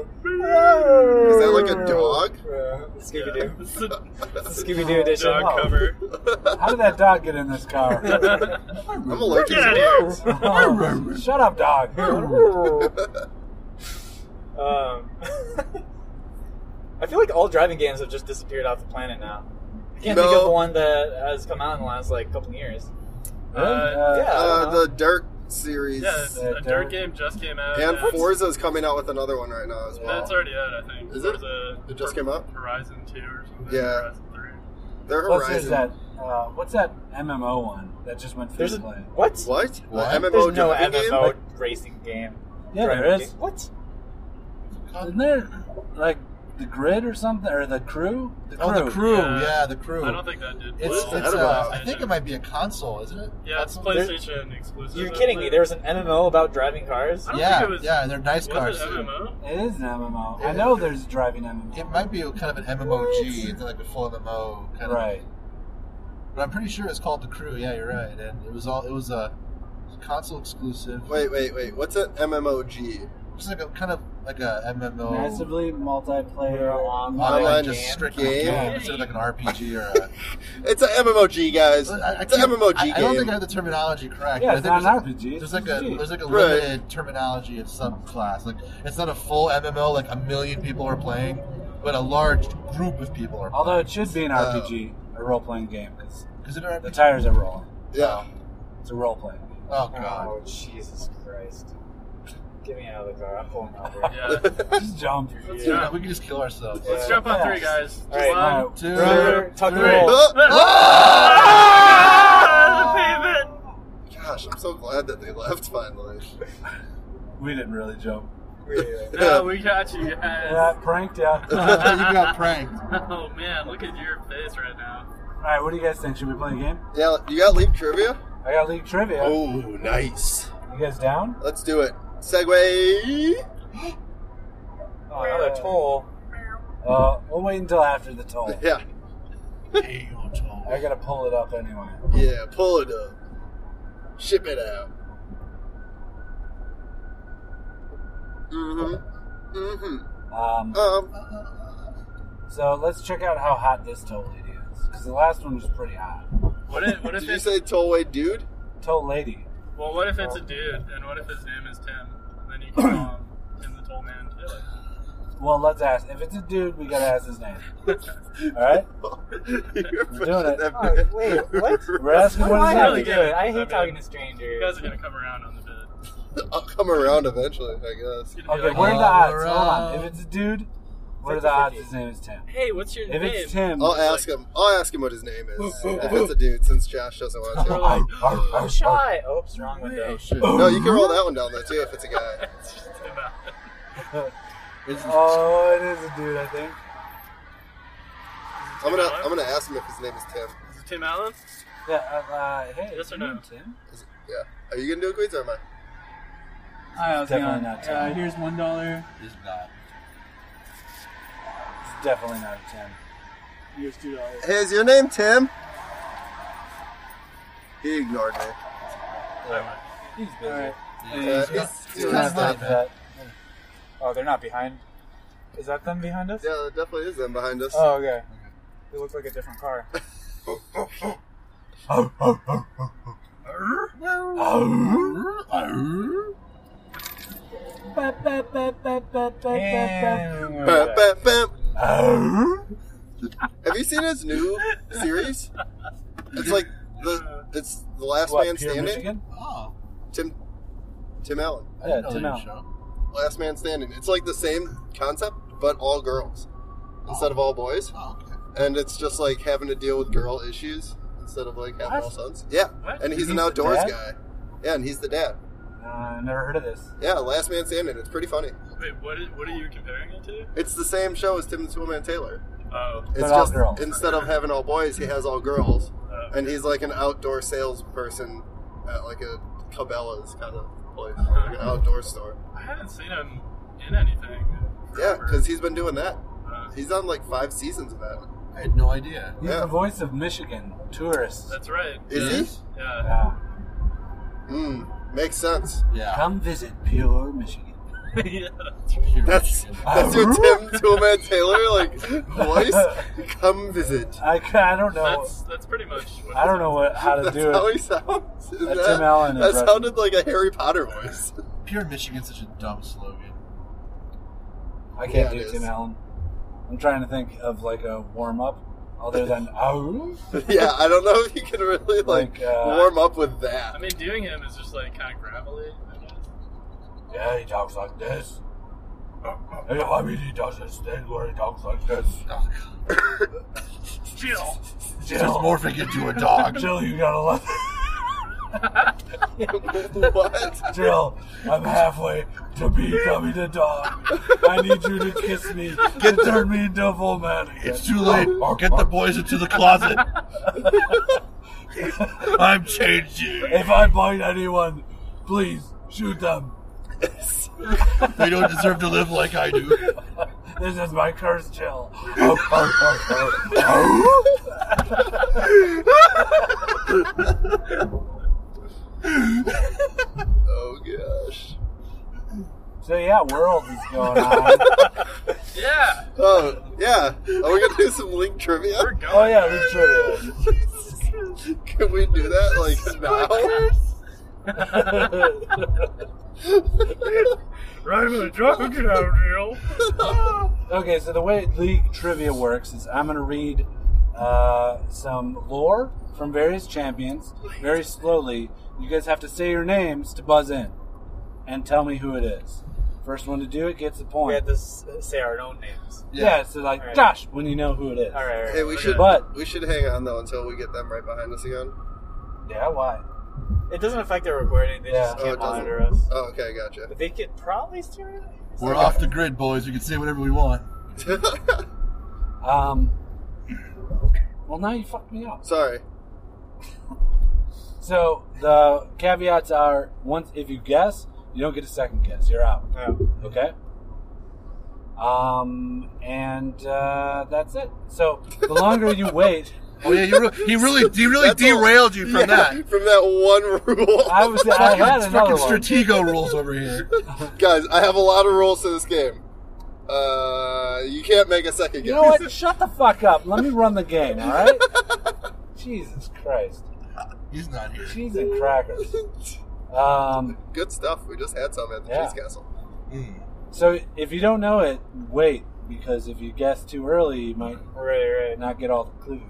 Speaker 4: Is that like a dog?
Speaker 3: Scooby Doo.
Speaker 2: It's a
Speaker 3: Scooby Doo edition.
Speaker 2: dog cover.
Speaker 1: How did that dog get in this car?
Speaker 4: I'm allergic.
Speaker 2: Get out of here!
Speaker 1: Oh, shut up, dog.
Speaker 3: Um, I feel like all driving games have just disappeared off the planet now. I can't think
Speaker 4: No.
Speaker 3: of the one that has come out in the last like couple years.
Speaker 2: Uh,
Speaker 3: yeah, I
Speaker 4: Uh,
Speaker 3: don't know.
Speaker 4: the Dirt series,
Speaker 2: Yeah, it's-
Speaker 1: Uh,
Speaker 2: a dirt game just came out.
Speaker 4: and
Speaker 2: that's-
Speaker 4: Forza's coming out with another one right now as well.
Speaker 2: That's already out, I think.
Speaker 4: Is it?
Speaker 2: Forza
Speaker 4: It just came out?
Speaker 2: Horizon 2 or something.
Speaker 4: Yeah.
Speaker 2: Horizon 3.
Speaker 4: Their
Speaker 1: Plus, there's
Speaker 4: Horizon.
Speaker 1: that. Uh, what's that MMO one that just went free
Speaker 3: There's
Speaker 1: to
Speaker 3: a,
Speaker 1: play?
Speaker 3: what?
Speaker 4: What?
Speaker 5: What?
Speaker 4: The MMO
Speaker 3: There's no
Speaker 4: driving game?
Speaker 3: MMO racing game.
Speaker 1: Yeah, there
Speaker 3: Driving
Speaker 1: is.
Speaker 3: game. What?
Speaker 1: Isn't there like the grid or something, or the crew? The crew.
Speaker 5: Oh, the crew.
Speaker 2: Yeah.
Speaker 5: Yeah, the crew.
Speaker 2: I don't think that did.
Speaker 5: It's,
Speaker 4: Well,
Speaker 5: it's
Speaker 4: I don't
Speaker 5: uh,
Speaker 4: know.
Speaker 5: I think it might be a console, isn't it?
Speaker 2: yeah, it's
Speaker 5: Console?
Speaker 2: PlayStation exclusive.
Speaker 3: You're
Speaker 2: I
Speaker 3: kidding me.
Speaker 2: believe.
Speaker 3: There was an MMO about driving cars.
Speaker 2: I don't
Speaker 5: Yeah,
Speaker 2: think it was-
Speaker 5: yeah, they're nice cars.
Speaker 2: Was it
Speaker 5: too.
Speaker 2: MMO?
Speaker 1: It is an MMO.
Speaker 5: Yeah.
Speaker 1: I know there's a driving MMO.
Speaker 5: It might be a- kind of an MMOG, it's like a full MMO kind
Speaker 1: Right.
Speaker 5: of. But I'm pretty sure it's called the Crew. Yeah, you're right. And it was all it was a console exclusive.
Speaker 4: Wait, wait, wait. What's an MMOG?
Speaker 5: It's like a kind of like a MMO
Speaker 1: Massively multiplayer.
Speaker 5: online,
Speaker 4: online
Speaker 5: just
Speaker 4: game.
Speaker 5: strict
Speaker 4: Game.
Speaker 5: game. instead of like an RPG or a.
Speaker 4: It's an MMOG, guys.
Speaker 5: I- I
Speaker 4: it's an
Speaker 5: can't-
Speaker 4: MMOG
Speaker 5: I,
Speaker 4: game.
Speaker 5: I don't think I have the terminology correct.
Speaker 1: Yeah,
Speaker 5: but
Speaker 1: it's
Speaker 5: I think
Speaker 1: not an
Speaker 5: there's-
Speaker 1: RPG.
Speaker 5: There's like a there's like a
Speaker 4: Right.
Speaker 5: limited terminology of subclass. Like it's not a full MMO like a million people are playing, but a large group of people are.
Speaker 1: Although it should be an
Speaker 5: Uh,
Speaker 1: RPG, a role playing game, because
Speaker 5: Is it an
Speaker 1: the
Speaker 5: RPG?
Speaker 1: tires are rolling.
Speaker 4: yeah.
Speaker 1: It's a role playing game.
Speaker 5: Oh god.
Speaker 3: Oh Jesus Christ! Get me out of the car. I'm pulling over.
Speaker 2: Yeah.
Speaker 1: Just jump.
Speaker 2: Let's
Speaker 5: Dude,
Speaker 2: jump.
Speaker 5: we can just kill ourselves.
Speaker 2: Let's jump on
Speaker 1: Yeah.
Speaker 2: three, guys.
Speaker 3: All right.
Speaker 2: One,
Speaker 1: Alright,
Speaker 5: Two.
Speaker 3: Brother, tuck and
Speaker 2: Three.
Speaker 3: roll.
Speaker 5: Oh.
Speaker 4: Ah!
Speaker 2: Ah, the pavement!
Speaker 4: Gosh, I'm so glad that they left finally.
Speaker 1: we didn't really jump.
Speaker 2: No, we got you guys.
Speaker 1: That pranked ya.
Speaker 5: you got pranked.
Speaker 2: Oh man, look at your face right now.
Speaker 1: Alright, what do you guys think? Should we play a game?
Speaker 4: Yeah, you got leap trivia?
Speaker 1: I got League Trivia.
Speaker 4: Oh, nice.
Speaker 1: You guys down?
Speaker 4: Let's do it. Segway.
Speaker 3: Oh, another toll.
Speaker 1: Uh, we'll wait until after the toll.
Speaker 4: Yeah,
Speaker 5: Hey, you told me.
Speaker 1: I gotta pull it up anyway.
Speaker 4: yeah. Pull it up. Ship it out. Mm-hmm. Mm-hmm.
Speaker 1: Um,
Speaker 4: Um.
Speaker 1: so let's check out how hot this toll lady is. Because the last one was pretty hot.
Speaker 2: What if, what
Speaker 4: Did
Speaker 2: if
Speaker 4: you
Speaker 2: it's
Speaker 4: say tollway dude?
Speaker 1: Toll lady.
Speaker 2: well? What if it's a dude? And what if his name is Tim? And then you can call him Tim the Toll Man too.
Speaker 1: Well, let's ask. If it's a dude, we gotta ask his name. Alright?
Speaker 4: You're
Speaker 1: doing it.
Speaker 4: that
Speaker 3: Oh,
Speaker 4: bad.
Speaker 3: wait, what?
Speaker 1: We're asking
Speaker 3: What do I
Speaker 1: what
Speaker 3: have
Speaker 1: his name
Speaker 2: really
Speaker 3: to do?
Speaker 1: is.
Speaker 2: good.
Speaker 3: I hate
Speaker 2: I mean-
Speaker 3: talking to
Speaker 2: You
Speaker 3: strangers.
Speaker 2: guys are gonna come around on the bit.
Speaker 4: I'll come around eventually, I guess.
Speaker 2: It's gonna
Speaker 1: Okay,
Speaker 2: be like,
Speaker 1: where are the
Speaker 5: All
Speaker 1: odds? Hold on.
Speaker 5: around.
Speaker 1: If it's a dude, What are the odds his name is Tim?
Speaker 2: Hey, what's your
Speaker 1: If
Speaker 2: name?
Speaker 1: it's Tim,
Speaker 4: I'll ask him. I'll ask him what his name is. if it's a dude, since Josh doesn't want
Speaker 2: We're
Speaker 4: to.
Speaker 2: like,
Speaker 1: Oh,
Speaker 3: I'm shy. Oh, Oops, wrong
Speaker 5: Oh
Speaker 3: window.
Speaker 5: shit!
Speaker 4: No, you can roll that one down though too if it's a guy.
Speaker 2: it's just about
Speaker 5: It's-
Speaker 1: oh, it is a dude, I think.
Speaker 4: I'm gonna I'm gonna ask him if his name is Tim.
Speaker 2: Is it Tim Allen?
Speaker 1: Yeah. Uh, uh, hey,
Speaker 2: Yes
Speaker 1: you
Speaker 2: or no?
Speaker 1: know Tim?
Speaker 4: Is it, yeah. Are you gonna do it, Queens, or am I?
Speaker 8: I was
Speaker 1: Definitely
Speaker 8: going.
Speaker 1: not
Speaker 8: Uh,
Speaker 1: Tim.
Speaker 8: here's one dollar.
Speaker 5: it's not.
Speaker 1: It's definitely not a Tim.
Speaker 8: Here's two dollars.
Speaker 4: Hey, is your name Tim? He ignored me.
Speaker 1: He's busy.
Speaker 8: All right.
Speaker 4: Uh,
Speaker 8: And-
Speaker 4: it's-
Speaker 5: It's
Speaker 4: yeah,
Speaker 5: not that bad.
Speaker 1: That-
Speaker 8: oh, they're not behind. Is that them behind us?
Speaker 4: that definitely is them behind us.
Speaker 8: Oh, okay. It looks like a different car. And we're
Speaker 4: Bam,
Speaker 8: back.
Speaker 4: bam, bam. Have you seen his new series? It's like
Speaker 2: Uh,
Speaker 4: the it's the last
Speaker 1: What,
Speaker 4: man
Speaker 1: Peter
Speaker 4: standing.
Speaker 1: Michigan?
Speaker 5: Oh,
Speaker 4: Tim Tim Allen.
Speaker 5: I didn't
Speaker 1: Yeah,
Speaker 5: know
Speaker 1: Tim
Speaker 5: that
Speaker 1: Allen.
Speaker 5: show.
Speaker 4: Last Man Standing. It's like the same concept, but all girls instead of all boys,
Speaker 5: Oh, okay.
Speaker 4: and it's just like having to deal with girl issues instead of like having all sons. Yeah,
Speaker 2: What?
Speaker 4: and he's,
Speaker 1: He's
Speaker 4: an
Speaker 1: the
Speaker 4: outdoors
Speaker 1: dad?
Speaker 4: guy. Yeah, and he's the dad.
Speaker 1: Uh, never heard of this.
Speaker 4: Yeah, Last Man Standing. It's pretty funny.
Speaker 2: Wait, what, is, what are you comparing it to?
Speaker 4: It's the same show as Tim the Toolman Taylor.
Speaker 2: Oh,
Speaker 4: It's
Speaker 1: But all
Speaker 4: just
Speaker 1: girls.
Speaker 4: instead of having all boys, he has all girls,
Speaker 2: uh,
Speaker 4: and he's like an outdoor salesperson at like a Cabela's kind of place, like an outdoor store.
Speaker 2: I haven't seen him in anything.
Speaker 4: Yeah,
Speaker 2: forever.
Speaker 4: because he's been doing that.
Speaker 2: Uh,
Speaker 4: He's on like five seasons of that.
Speaker 5: I had no idea.
Speaker 1: He's
Speaker 4: Yeah.
Speaker 1: the voice of Michigan tourists. Uh,
Speaker 2: that's right.
Speaker 4: Is he?
Speaker 2: Yeah.
Speaker 1: Yeah.
Speaker 4: Mm, makes sense.
Speaker 5: Yeah.
Speaker 1: Come visit Pure Michigan.
Speaker 2: yeah.
Speaker 4: That's that's your Tim Toolman Taylor like voice. Come visit.
Speaker 1: I, ca- I don't know.
Speaker 2: That's that's pretty much. What
Speaker 1: I don't know what how to
Speaker 4: That's
Speaker 1: do
Speaker 4: how
Speaker 1: it.
Speaker 4: he sounds. Is
Speaker 1: A
Speaker 4: that,
Speaker 1: Tim Allen
Speaker 4: that
Speaker 1: impression.
Speaker 4: sounded like a Harry Potter voice.
Speaker 5: Pure Michigan's such a dumb slogan.
Speaker 1: I
Speaker 4: Yeah,
Speaker 1: can't
Speaker 4: it
Speaker 1: do Tim
Speaker 4: is.
Speaker 1: Allen. I'm trying to think of like a warm up other than oh.
Speaker 4: yeah, I don't know if you can really like,
Speaker 1: Like, uh,
Speaker 4: warm up with that.
Speaker 2: I mean, doing him is just like kind of gravelly. I guess.
Speaker 1: Yeah, he talks like this. Yeah, I mean, he does this thing where he talks like this.
Speaker 5: Oh,
Speaker 2: Jill.
Speaker 5: Just morphing into a dog.
Speaker 1: Jill, you gotta let.
Speaker 4: what?
Speaker 1: Jill, I'm halfway to becoming a dog. I need you to kiss me and turn me into a full man again.
Speaker 5: It's too late. Get the boys into the closet. I'm changing.
Speaker 1: If I bite anyone, please shoot them.
Speaker 5: They don't deserve to live like I do.
Speaker 1: This is my curse, Jill.
Speaker 4: Oh gosh.
Speaker 1: so yeah, world is going on.
Speaker 2: Yeah,
Speaker 4: Oh yeah. Are we gonna do some link trivia?
Speaker 2: we're going.
Speaker 1: Oh yeah, we trivia.
Speaker 4: Can we do that
Speaker 2: Right with the drunk out, Jill.
Speaker 4: like now?
Speaker 1: Okay, so the way league trivia works is I'm gonna read uh, some lore from various champions very slowly. You guys have to say your names to buzz in and tell me who it is. First one to do it gets the
Speaker 3: We
Speaker 1: point.
Speaker 3: had to s- say our own names.
Speaker 1: yeah. so like
Speaker 3: Alright.
Speaker 1: Josh, when you know who it is.
Speaker 3: All right. All right.
Speaker 4: Hey, we should
Speaker 1: But-
Speaker 4: we should hang on though until we get them right behind us again.
Speaker 1: Yeah, why?
Speaker 3: It doesn't affect their recording. They just
Speaker 1: Yeah.
Speaker 4: Oh,
Speaker 3: can't
Speaker 4: it doesn't.
Speaker 3: monitor us.
Speaker 4: Oh, okay, gotcha.
Speaker 3: But they could probably steer it.
Speaker 5: We're off the grid, boys. We can say whatever we want.
Speaker 1: Um. Well, now you fucked me up.
Speaker 4: Sorry.
Speaker 1: So the caveats are: once if you guess, you don't get a second guess. You're out.
Speaker 3: Oh.
Speaker 1: Okay. Um, and uh, that's it. So the longer you wait,
Speaker 5: Oh yeah, you re- he really he really
Speaker 4: That's all-
Speaker 5: derailed you from
Speaker 4: Yeah,
Speaker 5: that.
Speaker 4: From that one rule.
Speaker 1: I was I had another
Speaker 5: Fucking
Speaker 1: one.
Speaker 5: Stratego rules over here.
Speaker 4: Guys, I have a lot of rules to this game. Uh, you can't make a second
Speaker 1: You
Speaker 4: guess.
Speaker 1: know what? Shut the fuck up. Let me run the game. All right. Jesus Christ.
Speaker 5: He's not here.
Speaker 1: Cheese and crackers. Um.
Speaker 4: Good stuff. We just had some at the
Speaker 1: Yeah.
Speaker 4: Cheese Castle.
Speaker 5: Mm.
Speaker 1: So if you don't know it, wait because if you guess too early, you might
Speaker 3: Right, right.
Speaker 1: not get all the clues.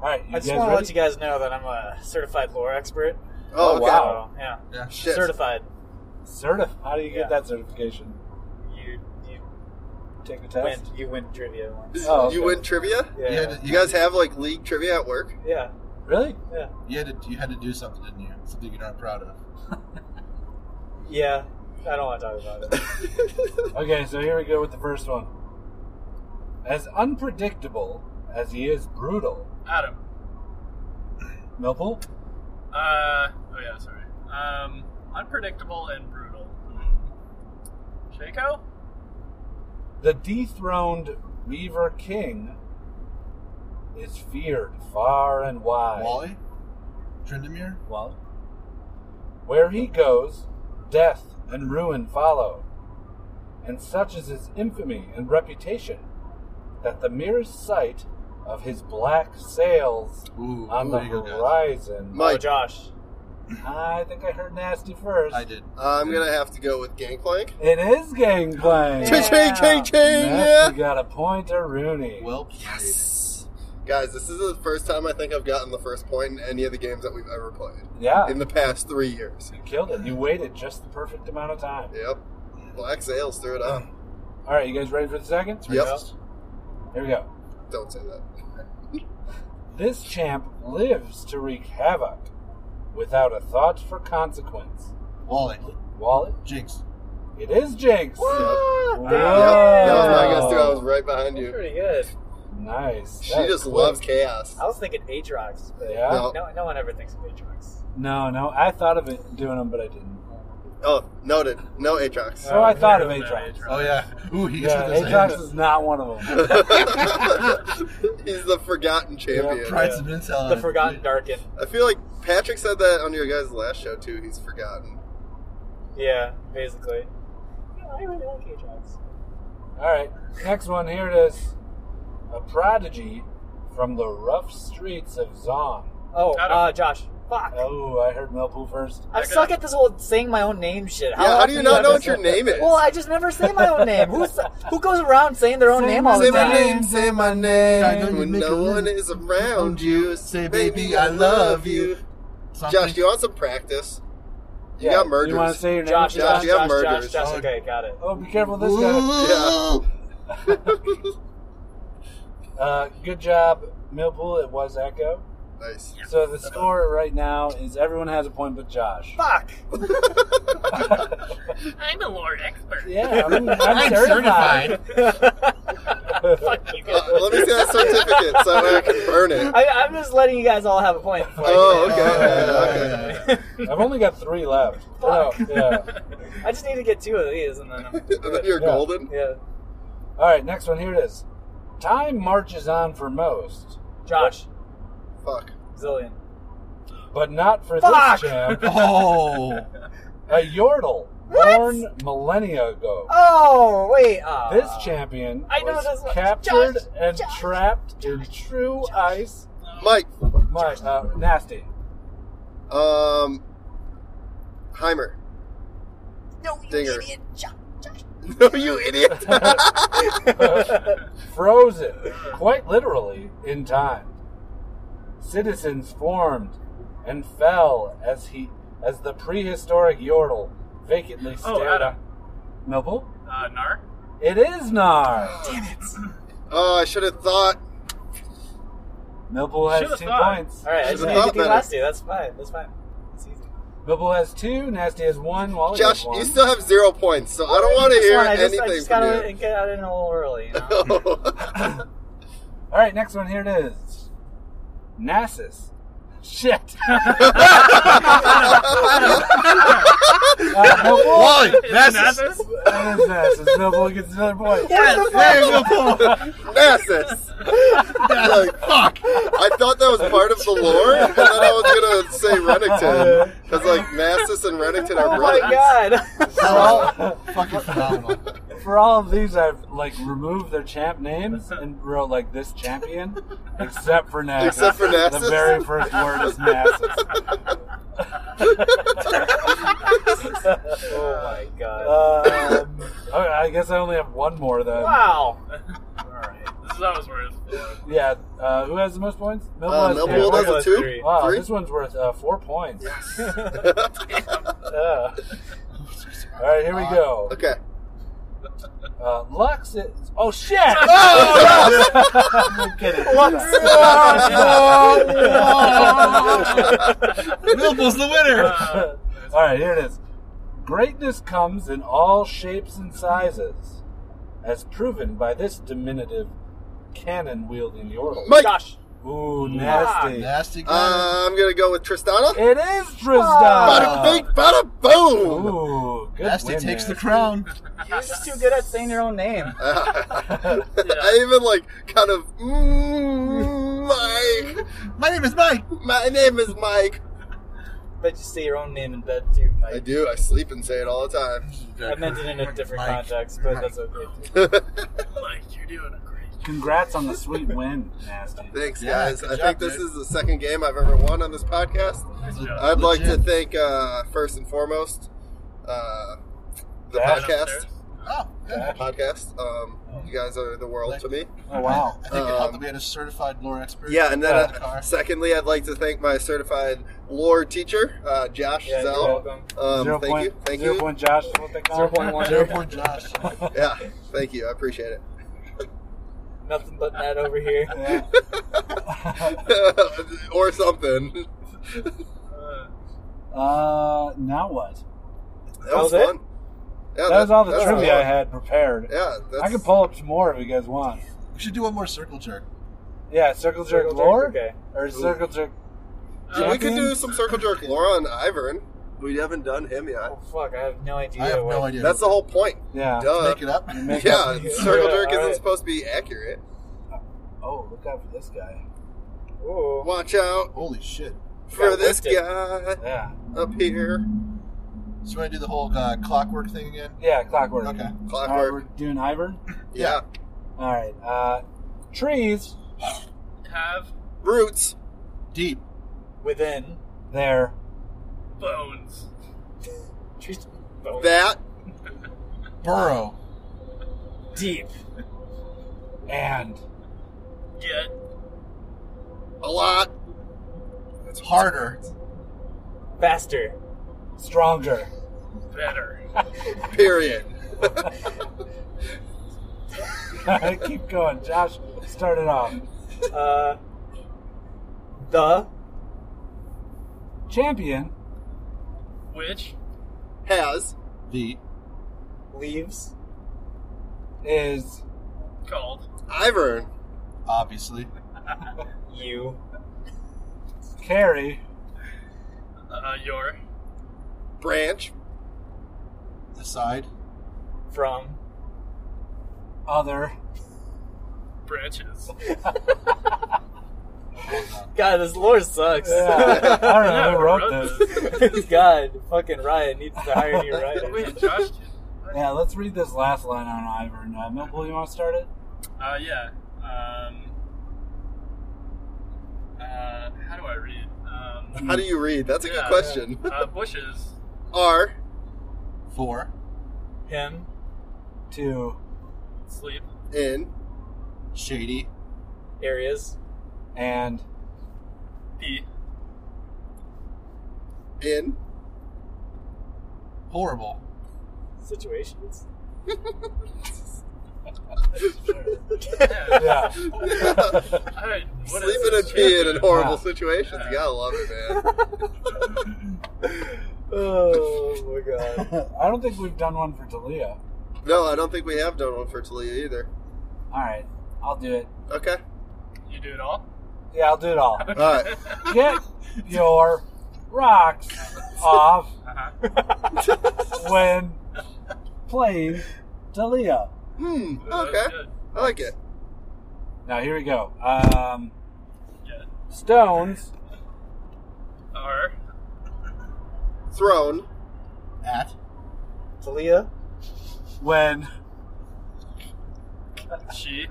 Speaker 1: All right. You
Speaker 3: I just
Speaker 1: guys
Speaker 3: want to
Speaker 1: ready?
Speaker 3: let you guys know that I'm a certified lore expert.
Speaker 4: Oh, okay.
Speaker 1: wow.
Speaker 3: So, yeah.
Speaker 5: Yeah.
Speaker 4: Shit.
Speaker 3: Certified.
Speaker 1: Certif- How do you get
Speaker 3: Yeah.
Speaker 1: that certification?
Speaker 3: You, you
Speaker 1: take a
Speaker 3: Win,
Speaker 1: test?
Speaker 3: you win trivia once.
Speaker 1: Oh, okay.
Speaker 4: You win trivia?
Speaker 3: Yeah.
Speaker 5: You, had to,
Speaker 4: You
Speaker 5: you,
Speaker 4: guys have like league trivia at work?
Speaker 3: yeah.
Speaker 1: Really?
Speaker 3: Yeah.
Speaker 5: you had to you had to do something, didn't you? Something you're not proud of.
Speaker 3: Yeah. I don't want to talk about it.
Speaker 1: Okay, so here we go with the first one. As unpredictable as he is brutal,
Speaker 2: Adam.
Speaker 1: Millpool?
Speaker 2: Uh, oh yeah, sorry. Um, unpredictable and brutal. Shaco?
Speaker 1: The dethroned Weaver King is feared far and wide.
Speaker 5: Wally, Trindamir,
Speaker 1: Well, where he goes, death and ruin follow. And such is his infamy and reputation that the merest sight of his black sails
Speaker 5: Ooh,
Speaker 1: on the
Speaker 5: there you go, guys.
Speaker 1: horizon.
Speaker 3: Oh,
Speaker 4: Mike,
Speaker 3: Josh.
Speaker 1: I think I heard nasty first.
Speaker 5: I did.
Speaker 4: I'm gonna have to go with Gangplank.
Speaker 1: It is gangplank.
Speaker 4: Ching, ching, ching, ching,
Speaker 1: Nasty
Speaker 4: yeah.
Speaker 1: got a pointer, Rooney.
Speaker 5: Well played.
Speaker 4: Yes. Guys, this is the first time I think I've gotten the first point in any of the games that we've ever played
Speaker 1: yeah,
Speaker 4: in the past three years.
Speaker 1: you killed it. You waited just the perfect amount of time.
Speaker 4: Yep. Black Sails threw it up.
Speaker 1: All right, you guys ready for the second?
Speaker 4: Yep.
Speaker 1: Here we go.
Speaker 4: Don't say that.
Speaker 1: This champ lives to wreak havoc without a thought for consequence.
Speaker 5: Wally,
Speaker 1: Wallet,
Speaker 5: Jinx.
Speaker 1: it is Jinx.
Speaker 4: Yep.
Speaker 1: Wow.
Speaker 4: Yep. That was my guess too. I was right behind
Speaker 3: That's
Speaker 4: you.
Speaker 3: pretty good.
Speaker 1: Nice.
Speaker 4: She
Speaker 1: That's
Speaker 4: just
Speaker 1: quick.
Speaker 4: loves chaos.
Speaker 3: I was thinking Aatrox, but
Speaker 1: Yeah.
Speaker 4: No.
Speaker 3: no, no one ever thinks of Aatrox.
Speaker 1: No, no, I thought of it doing them, but I didn't.
Speaker 4: Oh, noted. No Aatrox.
Speaker 1: So I thought of
Speaker 2: yeah,
Speaker 1: Aatrox.
Speaker 2: Aatrox.
Speaker 5: Oh yeah. Ooh, he gets
Speaker 1: Yeah,
Speaker 5: with his
Speaker 1: Aatrox
Speaker 5: hand.
Speaker 1: is not one of them.
Speaker 4: He's the forgotten champion.
Speaker 5: Tried some intel. on
Speaker 1: Uh,
Speaker 3: The
Speaker 5: it.
Speaker 3: Forgotten Darken.
Speaker 4: I feel like Patrick said that on your guys' last show too. He's forgotten.
Speaker 3: Yeah, basically. Yeah, I really like Aatrox.
Speaker 1: All right, next one. Here it is. A prodigy from the rough streets of Zon.
Speaker 3: Oh,
Speaker 2: Adam.
Speaker 3: uh, Josh. Fuck.
Speaker 1: Oh, I heard Millpool first.
Speaker 3: I suck at this whole saying my own name shit.
Speaker 4: yeah, how do
Speaker 3: often
Speaker 4: you not know
Speaker 3: ever
Speaker 4: what
Speaker 3: say-
Speaker 4: your name is?
Speaker 3: Well, I just never say my own name. Who's, who goes around saying their own
Speaker 1: Say
Speaker 3: name
Speaker 1: my
Speaker 3: all the
Speaker 4: say
Speaker 3: time?
Speaker 4: my name, say my name.
Speaker 5: I know you
Speaker 4: when
Speaker 5: make a
Speaker 4: no one
Speaker 5: living.
Speaker 4: is around you,
Speaker 5: Say,
Speaker 4: say
Speaker 5: baby, I love you. Something.
Speaker 4: Josh, do you want some practice? You
Speaker 1: Yeah,
Speaker 4: got murders.
Speaker 1: You want to say your name?
Speaker 3: Josh,
Speaker 4: Josh,
Speaker 3: Josh,
Speaker 4: you have
Speaker 3: Josh,
Speaker 4: murders.
Speaker 3: Josh, Josh. Okay, got it.
Speaker 1: Oh, be careful this guy.
Speaker 4: Yeah.
Speaker 1: Uh, good job, Millpool. It was Echo.
Speaker 4: nice.
Speaker 1: So the score right now is everyone has a point but Josh.
Speaker 3: Uh-huh. Fuck.
Speaker 2: I'm a lore expert.
Speaker 1: Yeah, I'm, I'm,
Speaker 5: I'm
Speaker 1: certified.
Speaker 5: certified.
Speaker 4: Uh, let me see that certificate so I can burn it.
Speaker 3: I, I'm just letting you guys all have a point. before I do
Speaker 4: Oh,
Speaker 3: it.
Speaker 4: okay. okay.
Speaker 1: I've only got three left.
Speaker 3: Fuck.
Speaker 1: Oh, yeah.
Speaker 3: I just need to get two of these and then I'm
Speaker 4: And then you're
Speaker 1: Yeah.
Speaker 4: golden.
Speaker 3: yeah.
Speaker 1: All right, next one. Here it is. Time marches on for most,
Speaker 3: Josh,
Speaker 4: Fuck.
Speaker 3: Zillion.
Speaker 1: but not for
Speaker 3: Fuck.
Speaker 1: this champ.
Speaker 5: Oh,
Speaker 1: A yordle
Speaker 3: What?
Speaker 1: born millennia ago.
Speaker 3: Oh wait, uh,
Speaker 1: This champion
Speaker 3: I know
Speaker 1: was
Speaker 3: this one.
Speaker 1: captured
Speaker 3: Josh,
Speaker 1: and
Speaker 3: Josh,
Speaker 1: trapped in true ice.
Speaker 4: Mike.
Speaker 1: My, uh, nasty.
Speaker 4: Um. Heimer.
Speaker 7: No, you
Speaker 4: Dinger.
Speaker 7: idiot. Josh, Josh.
Speaker 4: No, you idiot.
Speaker 1: Frozen, quite literally, in time. Citizens formed and fell as he as the prehistoric yordle vacantly
Speaker 2: Oh,
Speaker 1: stared
Speaker 2: Adam.
Speaker 1: at Noble.
Speaker 2: Uh, Nar?
Speaker 1: It is Nar.
Speaker 4: oh, I should have thought.
Speaker 1: Noble has
Speaker 2: Should've
Speaker 1: two
Speaker 2: thought.
Speaker 1: points.
Speaker 3: All right, I
Speaker 4: Should've
Speaker 3: just need to
Speaker 4: thought
Speaker 3: get these
Speaker 4: better.
Speaker 3: last two. That's fine. That's fine. That's easy.
Speaker 1: Noble has two. Nasty has one. Wally
Speaker 4: Josh,
Speaker 1: has one.
Speaker 4: you still have zero points, so I don't want to
Speaker 3: This
Speaker 4: hear
Speaker 3: one, I just,
Speaker 4: anything
Speaker 3: I just
Speaker 4: from
Speaker 3: gotta get out in a little early. You know?
Speaker 4: you.
Speaker 1: All right, next one. Here it is. Nasus. Shit. uh, Noble.
Speaker 5: Wally, that's
Speaker 2: Nasus?
Speaker 1: That is Nasus. Noble gets another point.
Speaker 5: yes. There you go.
Speaker 4: Nasus. Like,
Speaker 5: Fuck.
Speaker 4: I thought that was part of the lore, and then I was gonna say Renekton because like Nasus and Renekton are
Speaker 3: Oh my
Speaker 4: brothers.
Speaker 3: god!
Speaker 1: So,
Speaker 5: Fucking phenomenal.
Speaker 1: for all of these, I've like removed their champ names and wrote like this champion, except for Nasus.
Speaker 4: Except for Nasus.
Speaker 1: The very first word is Nasus.
Speaker 3: oh my god!
Speaker 1: Um, okay, I guess I only have one more then.
Speaker 3: Wow!
Speaker 2: This is how it's worth.
Speaker 1: Yeah. Uh, who has the most points? Millpool
Speaker 4: Uh,
Speaker 1: has two.
Speaker 4: Millpool does a two.
Speaker 3: Oh, Three.
Speaker 1: Wow,
Speaker 4: Three?
Speaker 1: this one's worth uh, four points. Uh, all right, here we go.
Speaker 4: Okay.
Speaker 1: Uh, Uh, Lux is. Oh shit! I'm kidding.
Speaker 5: Wilbo's the winner.
Speaker 4: Uh,
Speaker 1: all right, here it is. Greatness comes in all shapes and sizes, as proven by this diminutive cannon wielding Yordle.
Speaker 4: Mike.
Speaker 7: Josh.
Speaker 1: Ooh,
Speaker 3: Ah,
Speaker 1: nasty.
Speaker 5: Nasty guy.
Speaker 4: Uh, I'm gonna go with Tristana.
Speaker 1: It is
Speaker 4: Bada
Speaker 1: Drisda.
Speaker 4: bing, bada boom.
Speaker 1: Ooh, good
Speaker 5: Nasty
Speaker 1: win
Speaker 5: takes the
Speaker 1: there.
Speaker 5: crown.
Speaker 3: You're just too good at saying your own name.
Speaker 4: I even like kind of mm, Mike.
Speaker 5: My name is Mike.
Speaker 4: My name is Mike.
Speaker 3: Bet you say your own name in bed too,
Speaker 4: I
Speaker 3: Mike.
Speaker 4: do. I sleep and say it all the time.
Speaker 3: I meant it in a different
Speaker 5: Mike.
Speaker 3: context, but that's okay. too.
Speaker 2: Mike, you're doing a great job.
Speaker 1: Congrats on the sweet win, Nasty.
Speaker 4: Thanks,
Speaker 5: Yeah,
Speaker 4: guys.
Speaker 5: good
Speaker 4: I
Speaker 5: job,
Speaker 4: think this
Speaker 5: dude.
Speaker 4: is the second game I've ever won on this podcast.
Speaker 2: job.
Speaker 4: I'd like to
Speaker 5: Legit.
Speaker 4: thank uh, first and foremost uh, the
Speaker 1: That
Speaker 4: podcast.
Speaker 5: Oh, yeah.
Speaker 4: Podcast. Um, you guys are the world to me.
Speaker 1: Oh wow.
Speaker 5: I think it helped
Speaker 4: Um,
Speaker 5: that we had a certified lore expert.
Speaker 4: Yeah, and then
Speaker 5: in the
Speaker 4: uh,
Speaker 5: car.
Speaker 4: secondly, I'd like to thank my certified lore teacher, uh, Josh
Speaker 3: Yeah, you're
Speaker 4: Zell.
Speaker 3: welcome.
Speaker 4: Um,
Speaker 1: Zero
Speaker 4: thank
Speaker 1: point-
Speaker 4: you. Thank
Speaker 1: zero
Speaker 4: you.
Speaker 1: point Josh. is What they call
Speaker 3: Zero
Speaker 1: it.
Speaker 3: point one.
Speaker 5: Zero point Josh.
Speaker 4: Yeah, thank you. I appreciate it.
Speaker 3: Nothing but that over here.
Speaker 1: Yeah.
Speaker 4: or something.
Speaker 2: Uh,
Speaker 1: Uh, now what?
Speaker 4: That was
Speaker 3: was it?
Speaker 4: fun. Yeah,
Speaker 1: that was all the
Speaker 4: Uh, that's
Speaker 1: trivia
Speaker 4: fun.
Speaker 1: I had prepared.
Speaker 4: Yeah, that's,
Speaker 1: I can pull up some more if you guys want.
Speaker 5: we should do one more circle jerk.
Speaker 1: Yeah, circle jerk
Speaker 3: Circle jerk,
Speaker 1: lore
Speaker 3: okay.
Speaker 1: or circle jerk.
Speaker 4: Yeah, we could
Speaker 1: champion?
Speaker 4: do some circle jerk Laura and Ivern. We haven't done him yet.
Speaker 3: Oh fuck! I have no idea.
Speaker 5: I have
Speaker 3: what-
Speaker 5: no idea.
Speaker 4: That's uh, the whole point.
Speaker 1: Yeah.
Speaker 4: Duh.
Speaker 5: Make it up.
Speaker 1: Make
Speaker 4: yeah,
Speaker 1: up-
Speaker 4: circle
Speaker 3: Yeah,
Speaker 4: jerk isn't
Speaker 3: alright.
Speaker 4: supposed to be accurate.
Speaker 1: Oh, look out for this guy.
Speaker 3: Ooh.
Speaker 4: Watch out
Speaker 5: Holy shit.
Speaker 4: for
Speaker 3: Yeah,
Speaker 4: this
Speaker 3: lift it.
Speaker 4: guy
Speaker 1: Yeah.
Speaker 4: up here.
Speaker 5: So you want to do the whole uh, clockwork thing again?
Speaker 1: Yeah. Clockwork.
Speaker 5: Okay.
Speaker 1: All right, we're
Speaker 4: Clockwork.
Speaker 1: doing Ivern.
Speaker 4: Yeah.
Speaker 1: All right. Uh, trees.
Speaker 2: have
Speaker 4: Roots.
Speaker 5: Deep.
Speaker 3: Within.
Speaker 1: There.
Speaker 2: bones.
Speaker 3: Trees
Speaker 4: That.
Speaker 5: Burrow.
Speaker 3: deep.
Speaker 1: And
Speaker 2: Get
Speaker 4: A lot.
Speaker 5: It's harder.
Speaker 3: Faster.
Speaker 1: stronger.
Speaker 2: better.
Speaker 4: Period.
Speaker 1: Keep going, Josh. Start it off.
Speaker 3: Uh. The.
Speaker 1: Champion.
Speaker 2: Which
Speaker 4: Has.
Speaker 5: The
Speaker 3: leaves
Speaker 1: is
Speaker 2: called
Speaker 4: Ivern.
Speaker 5: obviously
Speaker 3: you
Speaker 1: carry
Speaker 2: uh, your
Speaker 4: Branch.
Speaker 5: the side.
Speaker 3: from
Speaker 1: other
Speaker 2: branches.
Speaker 3: God, this lore sucks.
Speaker 1: Yeah. I don't know
Speaker 2: Yeah,
Speaker 1: who wrote this.
Speaker 3: God, fucking Riot needs to hire new
Speaker 2: Wait,
Speaker 3: writers.
Speaker 2: Josh?
Speaker 1: Yeah, let's read this last line on Ivern. Uh, Millpool, you want to start it?
Speaker 2: Uh, yeah. Um, uh, how do I read? Um,
Speaker 4: How do you read? That's a good
Speaker 2: Yeah.
Speaker 4: question.
Speaker 2: uh, bushes
Speaker 4: Are.
Speaker 5: Four.
Speaker 3: Him,
Speaker 1: To
Speaker 2: sleep
Speaker 4: In.
Speaker 5: Shady.
Speaker 3: areas,
Speaker 1: and
Speaker 2: the
Speaker 4: In.
Speaker 5: Horrible.
Speaker 3: situations.
Speaker 1: yeah,
Speaker 2: All right, what is
Speaker 4: Sleeping
Speaker 2: this
Speaker 4: and peeing in
Speaker 2: champion?
Speaker 4: horrible
Speaker 1: Yeah.
Speaker 4: situations. You gotta love it, man.
Speaker 3: Oh my god.
Speaker 1: I don't think we've done one for Talia.
Speaker 4: no, I don't think we have done one for Talia either.
Speaker 1: All right, I'll do it.
Speaker 4: Okay.
Speaker 2: You do it all.
Speaker 1: Yeah, I'll do it all.
Speaker 4: All right.
Speaker 1: Get your rocks off
Speaker 2: Uh-huh.
Speaker 1: when playing Talia.
Speaker 4: Hmm.
Speaker 2: That was
Speaker 4: Okay.
Speaker 2: good.
Speaker 4: I like it.
Speaker 1: Now here we go. Um,
Speaker 2: Yeah.
Speaker 1: stones
Speaker 2: Are
Speaker 4: Throne.
Speaker 5: At
Speaker 3: Talia,
Speaker 1: when
Speaker 2: she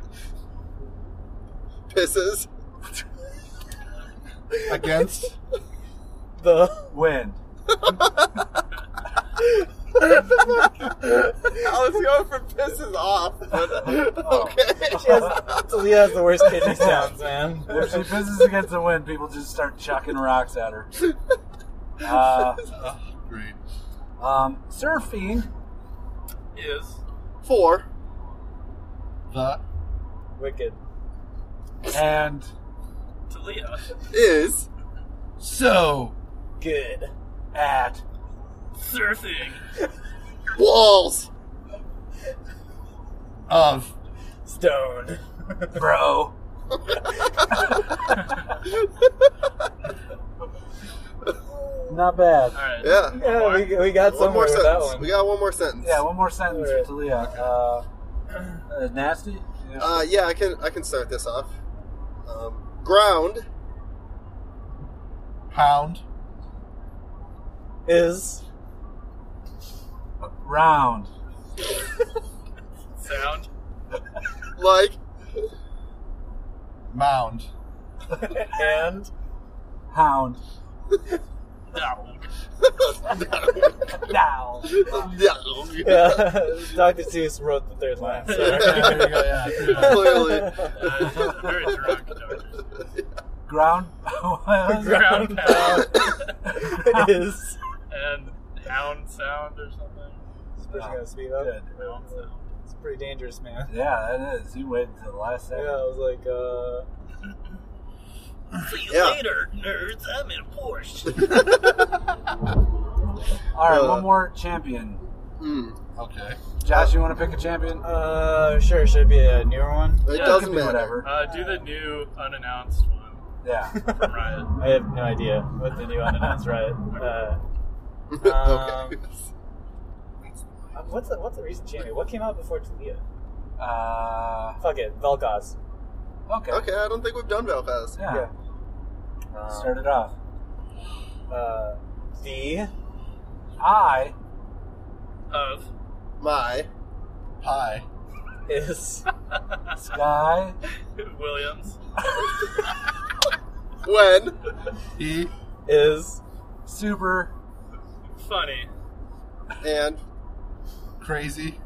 Speaker 4: Pisses.
Speaker 5: against
Speaker 3: the.
Speaker 1: wind.
Speaker 4: I was going for pisses off, but okay.
Speaker 3: She has, Talia has the worst kidney sounds, man.
Speaker 1: If she pisses against the wind, people just start chucking rocks at her. Uh,
Speaker 5: great
Speaker 1: um, surfing
Speaker 2: is
Speaker 4: Four.
Speaker 5: the
Speaker 3: Wicked.
Speaker 1: And
Speaker 2: Talia.
Speaker 4: Is
Speaker 5: so
Speaker 3: Good.
Speaker 1: at
Speaker 2: Surfing.
Speaker 4: walls.
Speaker 5: of
Speaker 3: Stoned.
Speaker 1: bro. Not bad.
Speaker 2: Alright.
Speaker 4: Yeah.
Speaker 3: Yeah, we, we got
Speaker 4: One more
Speaker 3: somewhere with that
Speaker 4: sentence.
Speaker 3: one.
Speaker 4: We got one more sentence.
Speaker 1: Yeah, one more sentence for
Speaker 3: Alright.
Speaker 1: Talia. Uh, uh, nasty. Yeah.
Speaker 4: Uh, yeah, I can I can start this off. Um, ground
Speaker 5: hound
Speaker 3: Is
Speaker 1: Round.
Speaker 2: Sound.
Speaker 4: like
Speaker 5: mound
Speaker 3: and
Speaker 1: Hound.
Speaker 2: Dog.
Speaker 1: Now.
Speaker 3: yeah, Dr. Seuss wrote the third line. So.
Speaker 5: There you go, yeah, pretty much.
Speaker 4: clearly.
Speaker 2: Uh, very drunk. Dog.
Speaker 1: Ground.
Speaker 2: Ground pound
Speaker 3: is
Speaker 2: and hound sound or something.
Speaker 3: this person gonna speed up?
Speaker 1: Good.
Speaker 2: Hound sound.
Speaker 3: It's pretty dangerous, man.
Speaker 1: Yeah, that is. You waited to the last
Speaker 3: Yeah, I
Speaker 1: second.
Speaker 3: was like, uh,
Speaker 2: See you
Speaker 4: Yeah.
Speaker 2: later, nerds. I'm in a Porsche.
Speaker 1: All right,
Speaker 4: Uh,
Speaker 1: one more champion.
Speaker 4: Mm,
Speaker 5: okay
Speaker 1: Josh, you want to pick a champion?
Speaker 3: uh, sure, should it be a newer one?
Speaker 4: it
Speaker 2: Yeah, it
Speaker 1: could
Speaker 4: doesn't
Speaker 1: be
Speaker 4: matter.
Speaker 1: whatever.
Speaker 2: Uh, do the new unannounced one
Speaker 1: Yeah.
Speaker 2: from Riot.
Speaker 3: I have no idea what the new unannounced riot. Uh,
Speaker 4: okay.
Speaker 3: um, what's the, what's the recent champion? What came out before Talia?
Speaker 1: Uh,
Speaker 3: Fuck it, Vel'Koz.
Speaker 1: okay.
Speaker 4: Okay. I don't think we've done Belfast.
Speaker 1: Yeah.
Speaker 3: Um,
Speaker 1: Start it off.
Speaker 3: Uh, the
Speaker 1: I
Speaker 2: Of
Speaker 4: My
Speaker 5: pie
Speaker 3: is
Speaker 1: sky
Speaker 2: Williams.
Speaker 4: when
Speaker 5: he
Speaker 3: is
Speaker 1: super
Speaker 2: Funny.
Speaker 4: and
Speaker 5: crazy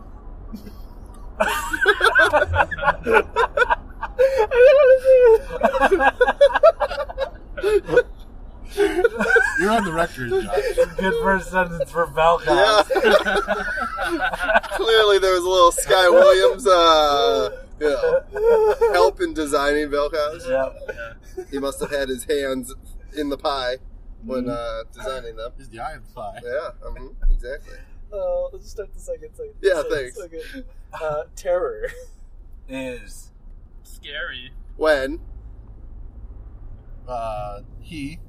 Speaker 5: you're on the record Josh.
Speaker 1: good first sentence for
Speaker 4: yeah.
Speaker 1: Valkyrie.
Speaker 4: clearly, there was a little Sky Williams. Uh, you know, help in designing Belfast.
Speaker 1: Yep.
Speaker 4: He must have had his hands in the pie when uh, designing them.
Speaker 5: he's the eye of the pie
Speaker 4: Yeah, mhm, exactly.
Speaker 3: Oh, let's start the second second.
Speaker 4: Yeah,
Speaker 3: second,
Speaker 4: thanks.
Speaker 3: second. Uh, terror
Speaker 1: Is
Speaker 2: Scary.
Speaker 4: When
Speaker 5: uh he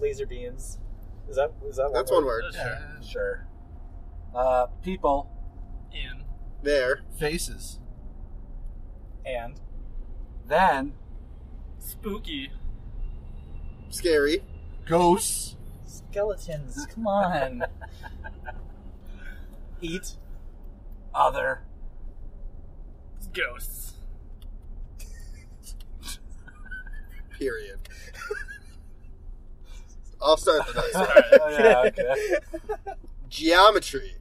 Speaker 3: laser beams. Is that is that one?
Speaker 4: that's one word.
Speaker 2: Uh, Sure.
Speaker 5: yeah,
Speaker 1: sure. Uh, people
Speaker 2: In.
Speaker 4: There,
Speaker 5: faces
Speaker 3: And
Speaker 1: then
Speaker 2: Spooky.
Speaker 4: scary.
Speaker 5: ghosts
Speaker 3: skeletons. Come on. Eat
Speaker 1: other
Speaker 2: Ghosts.
Speaker 4: Period. I'll start the dice. roll.
Speaker 1: Oh, yeah, okay.
Speaker 4: Geometry.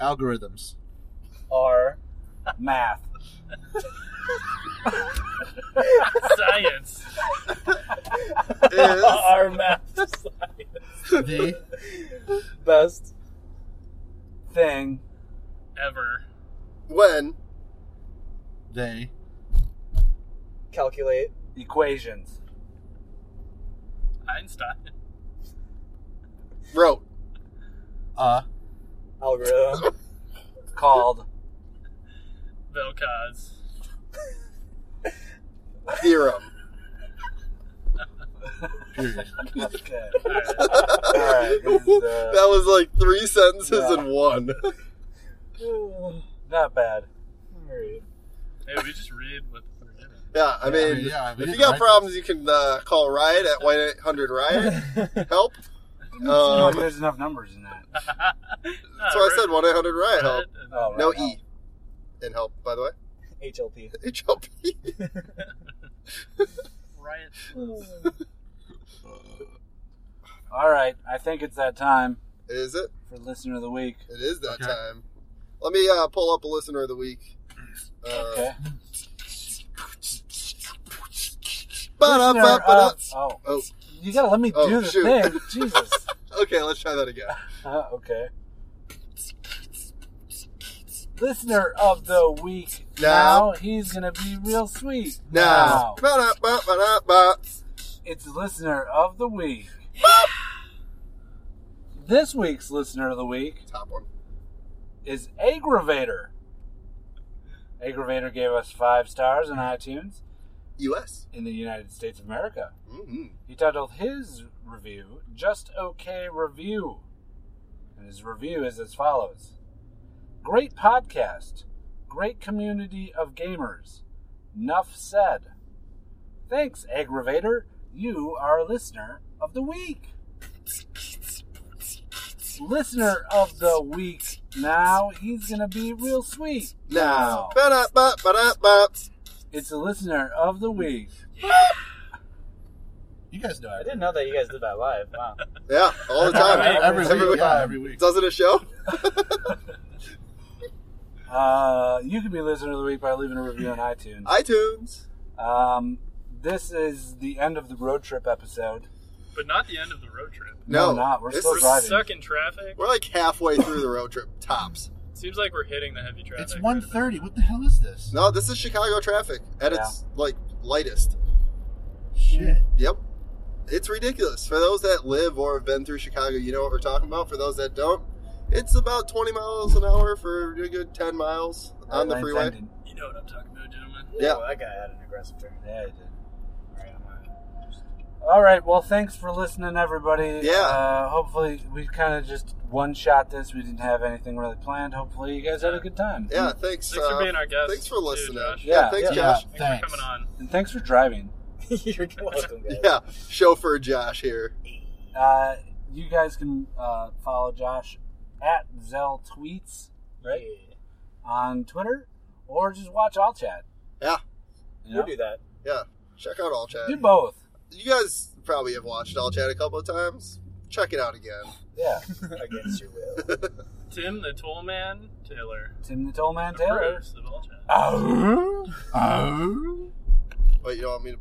Speaker 5: algorithms
Speaker 3: are
Speaker 1: math
Speaker 2: Science.
Speaker 4: Is
Speaker 3: our math science.
Speaker 5: the
Speaker 3: best
Speaker 1: thing
Speaker 2: Ever.
Speaker 4: when
Speaker 5: they
Speaker 3: calculate
Speaker 1: equations
Speaker 2: Einstein.
Speaker 4: wrote
Speaker 5: uh
Speaker 3: algorithm
Speaker 1: called
Speaker 2: Velkaz.
Speaker 4: theorem.
Speaker 5: period
Speaker 1: okay.
Speaker 2: Alright.
Speaker 1: All right, this is, uh,
Speaker 4: that was like three sentences
Speaker 1: yeah.
Speaker 4: in one. uh,
Speaker 1: not bad.
Speaker 3: Alright.
Speaker 2: Hey, we just read what we're getting.
Speaker 4: Yeah, I
Speaker 5: I
Speaker 4: mean,
Speaker 5: mean, yeah, we
Speaker 4: if you
Speaker 5: didn't
Speaker 4: got
Speaker 5: write
Speaker 4: problems, you can uh, call Riot at one eight hundred Riot. Help.
Speaker 1: Seems like
Speaker 4: Um,
Speaker 1: there's enough numbers in that.
Speaker 4: that's why I said one eight hundred Riot help.
Speaker 1: Oh, right,
Speaker 4: No
Speaker 1: right.
Speaker 4: E in help, by the way.
Speaker 3: HLP.
Speaker 4: HLP.
Speaker 2: Riot.
Speaker 1: All right, I think it's that time
Speaker 4: Is it?
Speaker 1: for listener of the week.
Speaker 4: It is that
Speaker 5: Okay.
Speaker 4: time. Let me uh, pull up a listener of the week. Uh,
Speaker 1: Okay. Listener
Speaker 4: ba-da-ba-ba-da.
Speaker 1: of- oh,
Speaker 4: Oh,
Speaker 1: you gotta let me do
Speaker 4: Oh,
Speaker 1: the
Speaker 4: shoot.
Speaker 1: thing. Jesus.
Speaker 4: okay, let's try that again.
Speaker 1: Uh, okay. listener of the week. Now
Speaker 4: Now.
Speaker 1: he's gonna be real sweet.
Speaker 4: Now, ba-da-ba-ba-da-ba.
Speaker 1: it's listener of the week. this week's listener of the week
Speaker 4: top one.
Speaker 1: is Aggravator. Aggravator gave us five stars on iTunes
Speaker 4: U.S.
Speaker 1: in the United States of America.
Speaker 4: Mm-hmm.
Speaker 1: He titled his review Just Okay Review. And his review is as follows Great podcast, great community of gamers. Nuff said. Thanks, Aggravator. You are a listener of the week. Listener of the week. Now he's going to be real sweet.
Speaker 4: Now, ba-da-ba-ba-da-ba.
Speaker 1: It's a listener of the week.
Speaker 5: You guys know
Speaker 3: I
Speaker 5: it.
Speaker 3: didn't know that you guys did that live. Wow.
Speaker 4: Yeah, all the time.
Speaker 5: Every,
Speaker 4: Every
Speaker 5: week.
Speaker 4: week.
Speaker 5: Yeah, every week.
Speaker 4: Does it a show?
Speaker 1: Uh, you can be listener of the week by leaving a review on iTunes.
Speaker 4: iTunes.
Speaker 1: Um, this is the end of the road trip episode.
Speaker 2: But not the end of the road trip.
Speaker 1: No,
Speaker 4: No,
Speaker 1: not. We're
Speaker 4: this
Speaker 1: still
Speaker 2: We're
Speaker 4: is-
Speaker 1: driving.
Speaker 2: stuck in traffic.
Speaker 4: We're like halfway through the road trip. Tops.
Speaker 2: Seems like we're hitting the heavy traffic.
Speaker 5: It's 1.30. What the hell is this?
Speaker 4: No, this is Chicago traffic at its like lightest.
Speaker 5: Shit.
Speaker 4: Yep. It's ridiculous. For those that live or have been through Chicago, you know what we're talking about. For those that don't, it's about 20 miles an hour for a good 10 miles on the
Speaker 1: Lane's
Speaker 4: freeway.
Speaker 1: ending.
Speaker 2: You know what I'm talking about, gentlemen.
Speaker 4: Yeah.
Speaker 3: Ooh, that guy had an aggressive turn.
Speaker 1: Yeah, it did.
Speaker 3: All right, I'm gonna-
Speaker 1: All right. Well, thanks for listening, everybody.
Speaker 4: Yeah.
Speaker 1: Uh, hopefully, we kind of just one shot this. We didn't have anything really planned. Hopefully, you guys had a good time.
Speaker 4: Yeah, thanks.
Speaker 2: Thanks for
Speaker 4: uh,
Speaker 2: being our guest.
Speaker 4: Thanks for
Speaker 2: too,
Speaker 4: listening.
Speaker 2: Josh.
Speaker 1: Yeah,
Speaker 4: thanks,
Speaker 5: yeah.
Speaker 4: Josh.
Speaker 2: Thanks,
Speaker 5: Thanks.
Speaker 2: for coming on.
Speaker 1: And thanks for driving.
Speaker 3: You're welcome, guys.
Speaker 4: Yeah, chauffeur Josh here.
Speaker 1: Uh, you guys can uh, follow Josh at Zell Tweets
Speaker 3: Right?
Speaker 1: on Twitter, or just watch All Chat.
Speaker 4: Yeah.
Speaker 1: You
Speaker 3: We'll
Speaker 1: know?
Speaker 3: do that.
Speaker 4: Yeah, check out All Chat.
Speaker 1: do both.
Speaker 4: You guys probably have watched All Chat a couple of times. Check it out again.
Speaker 1: Yeah.
Speaker 3: Against your will.
Speaker 2: Tim the Tool Man Taylor.
Speaker 1: Tim the Toll Man Taylor.
Speaker 2: Approves of all chat.
Speaker 1: Oh.
Speaker 5: Oh.
Speaker 4: Wait, you don't want me to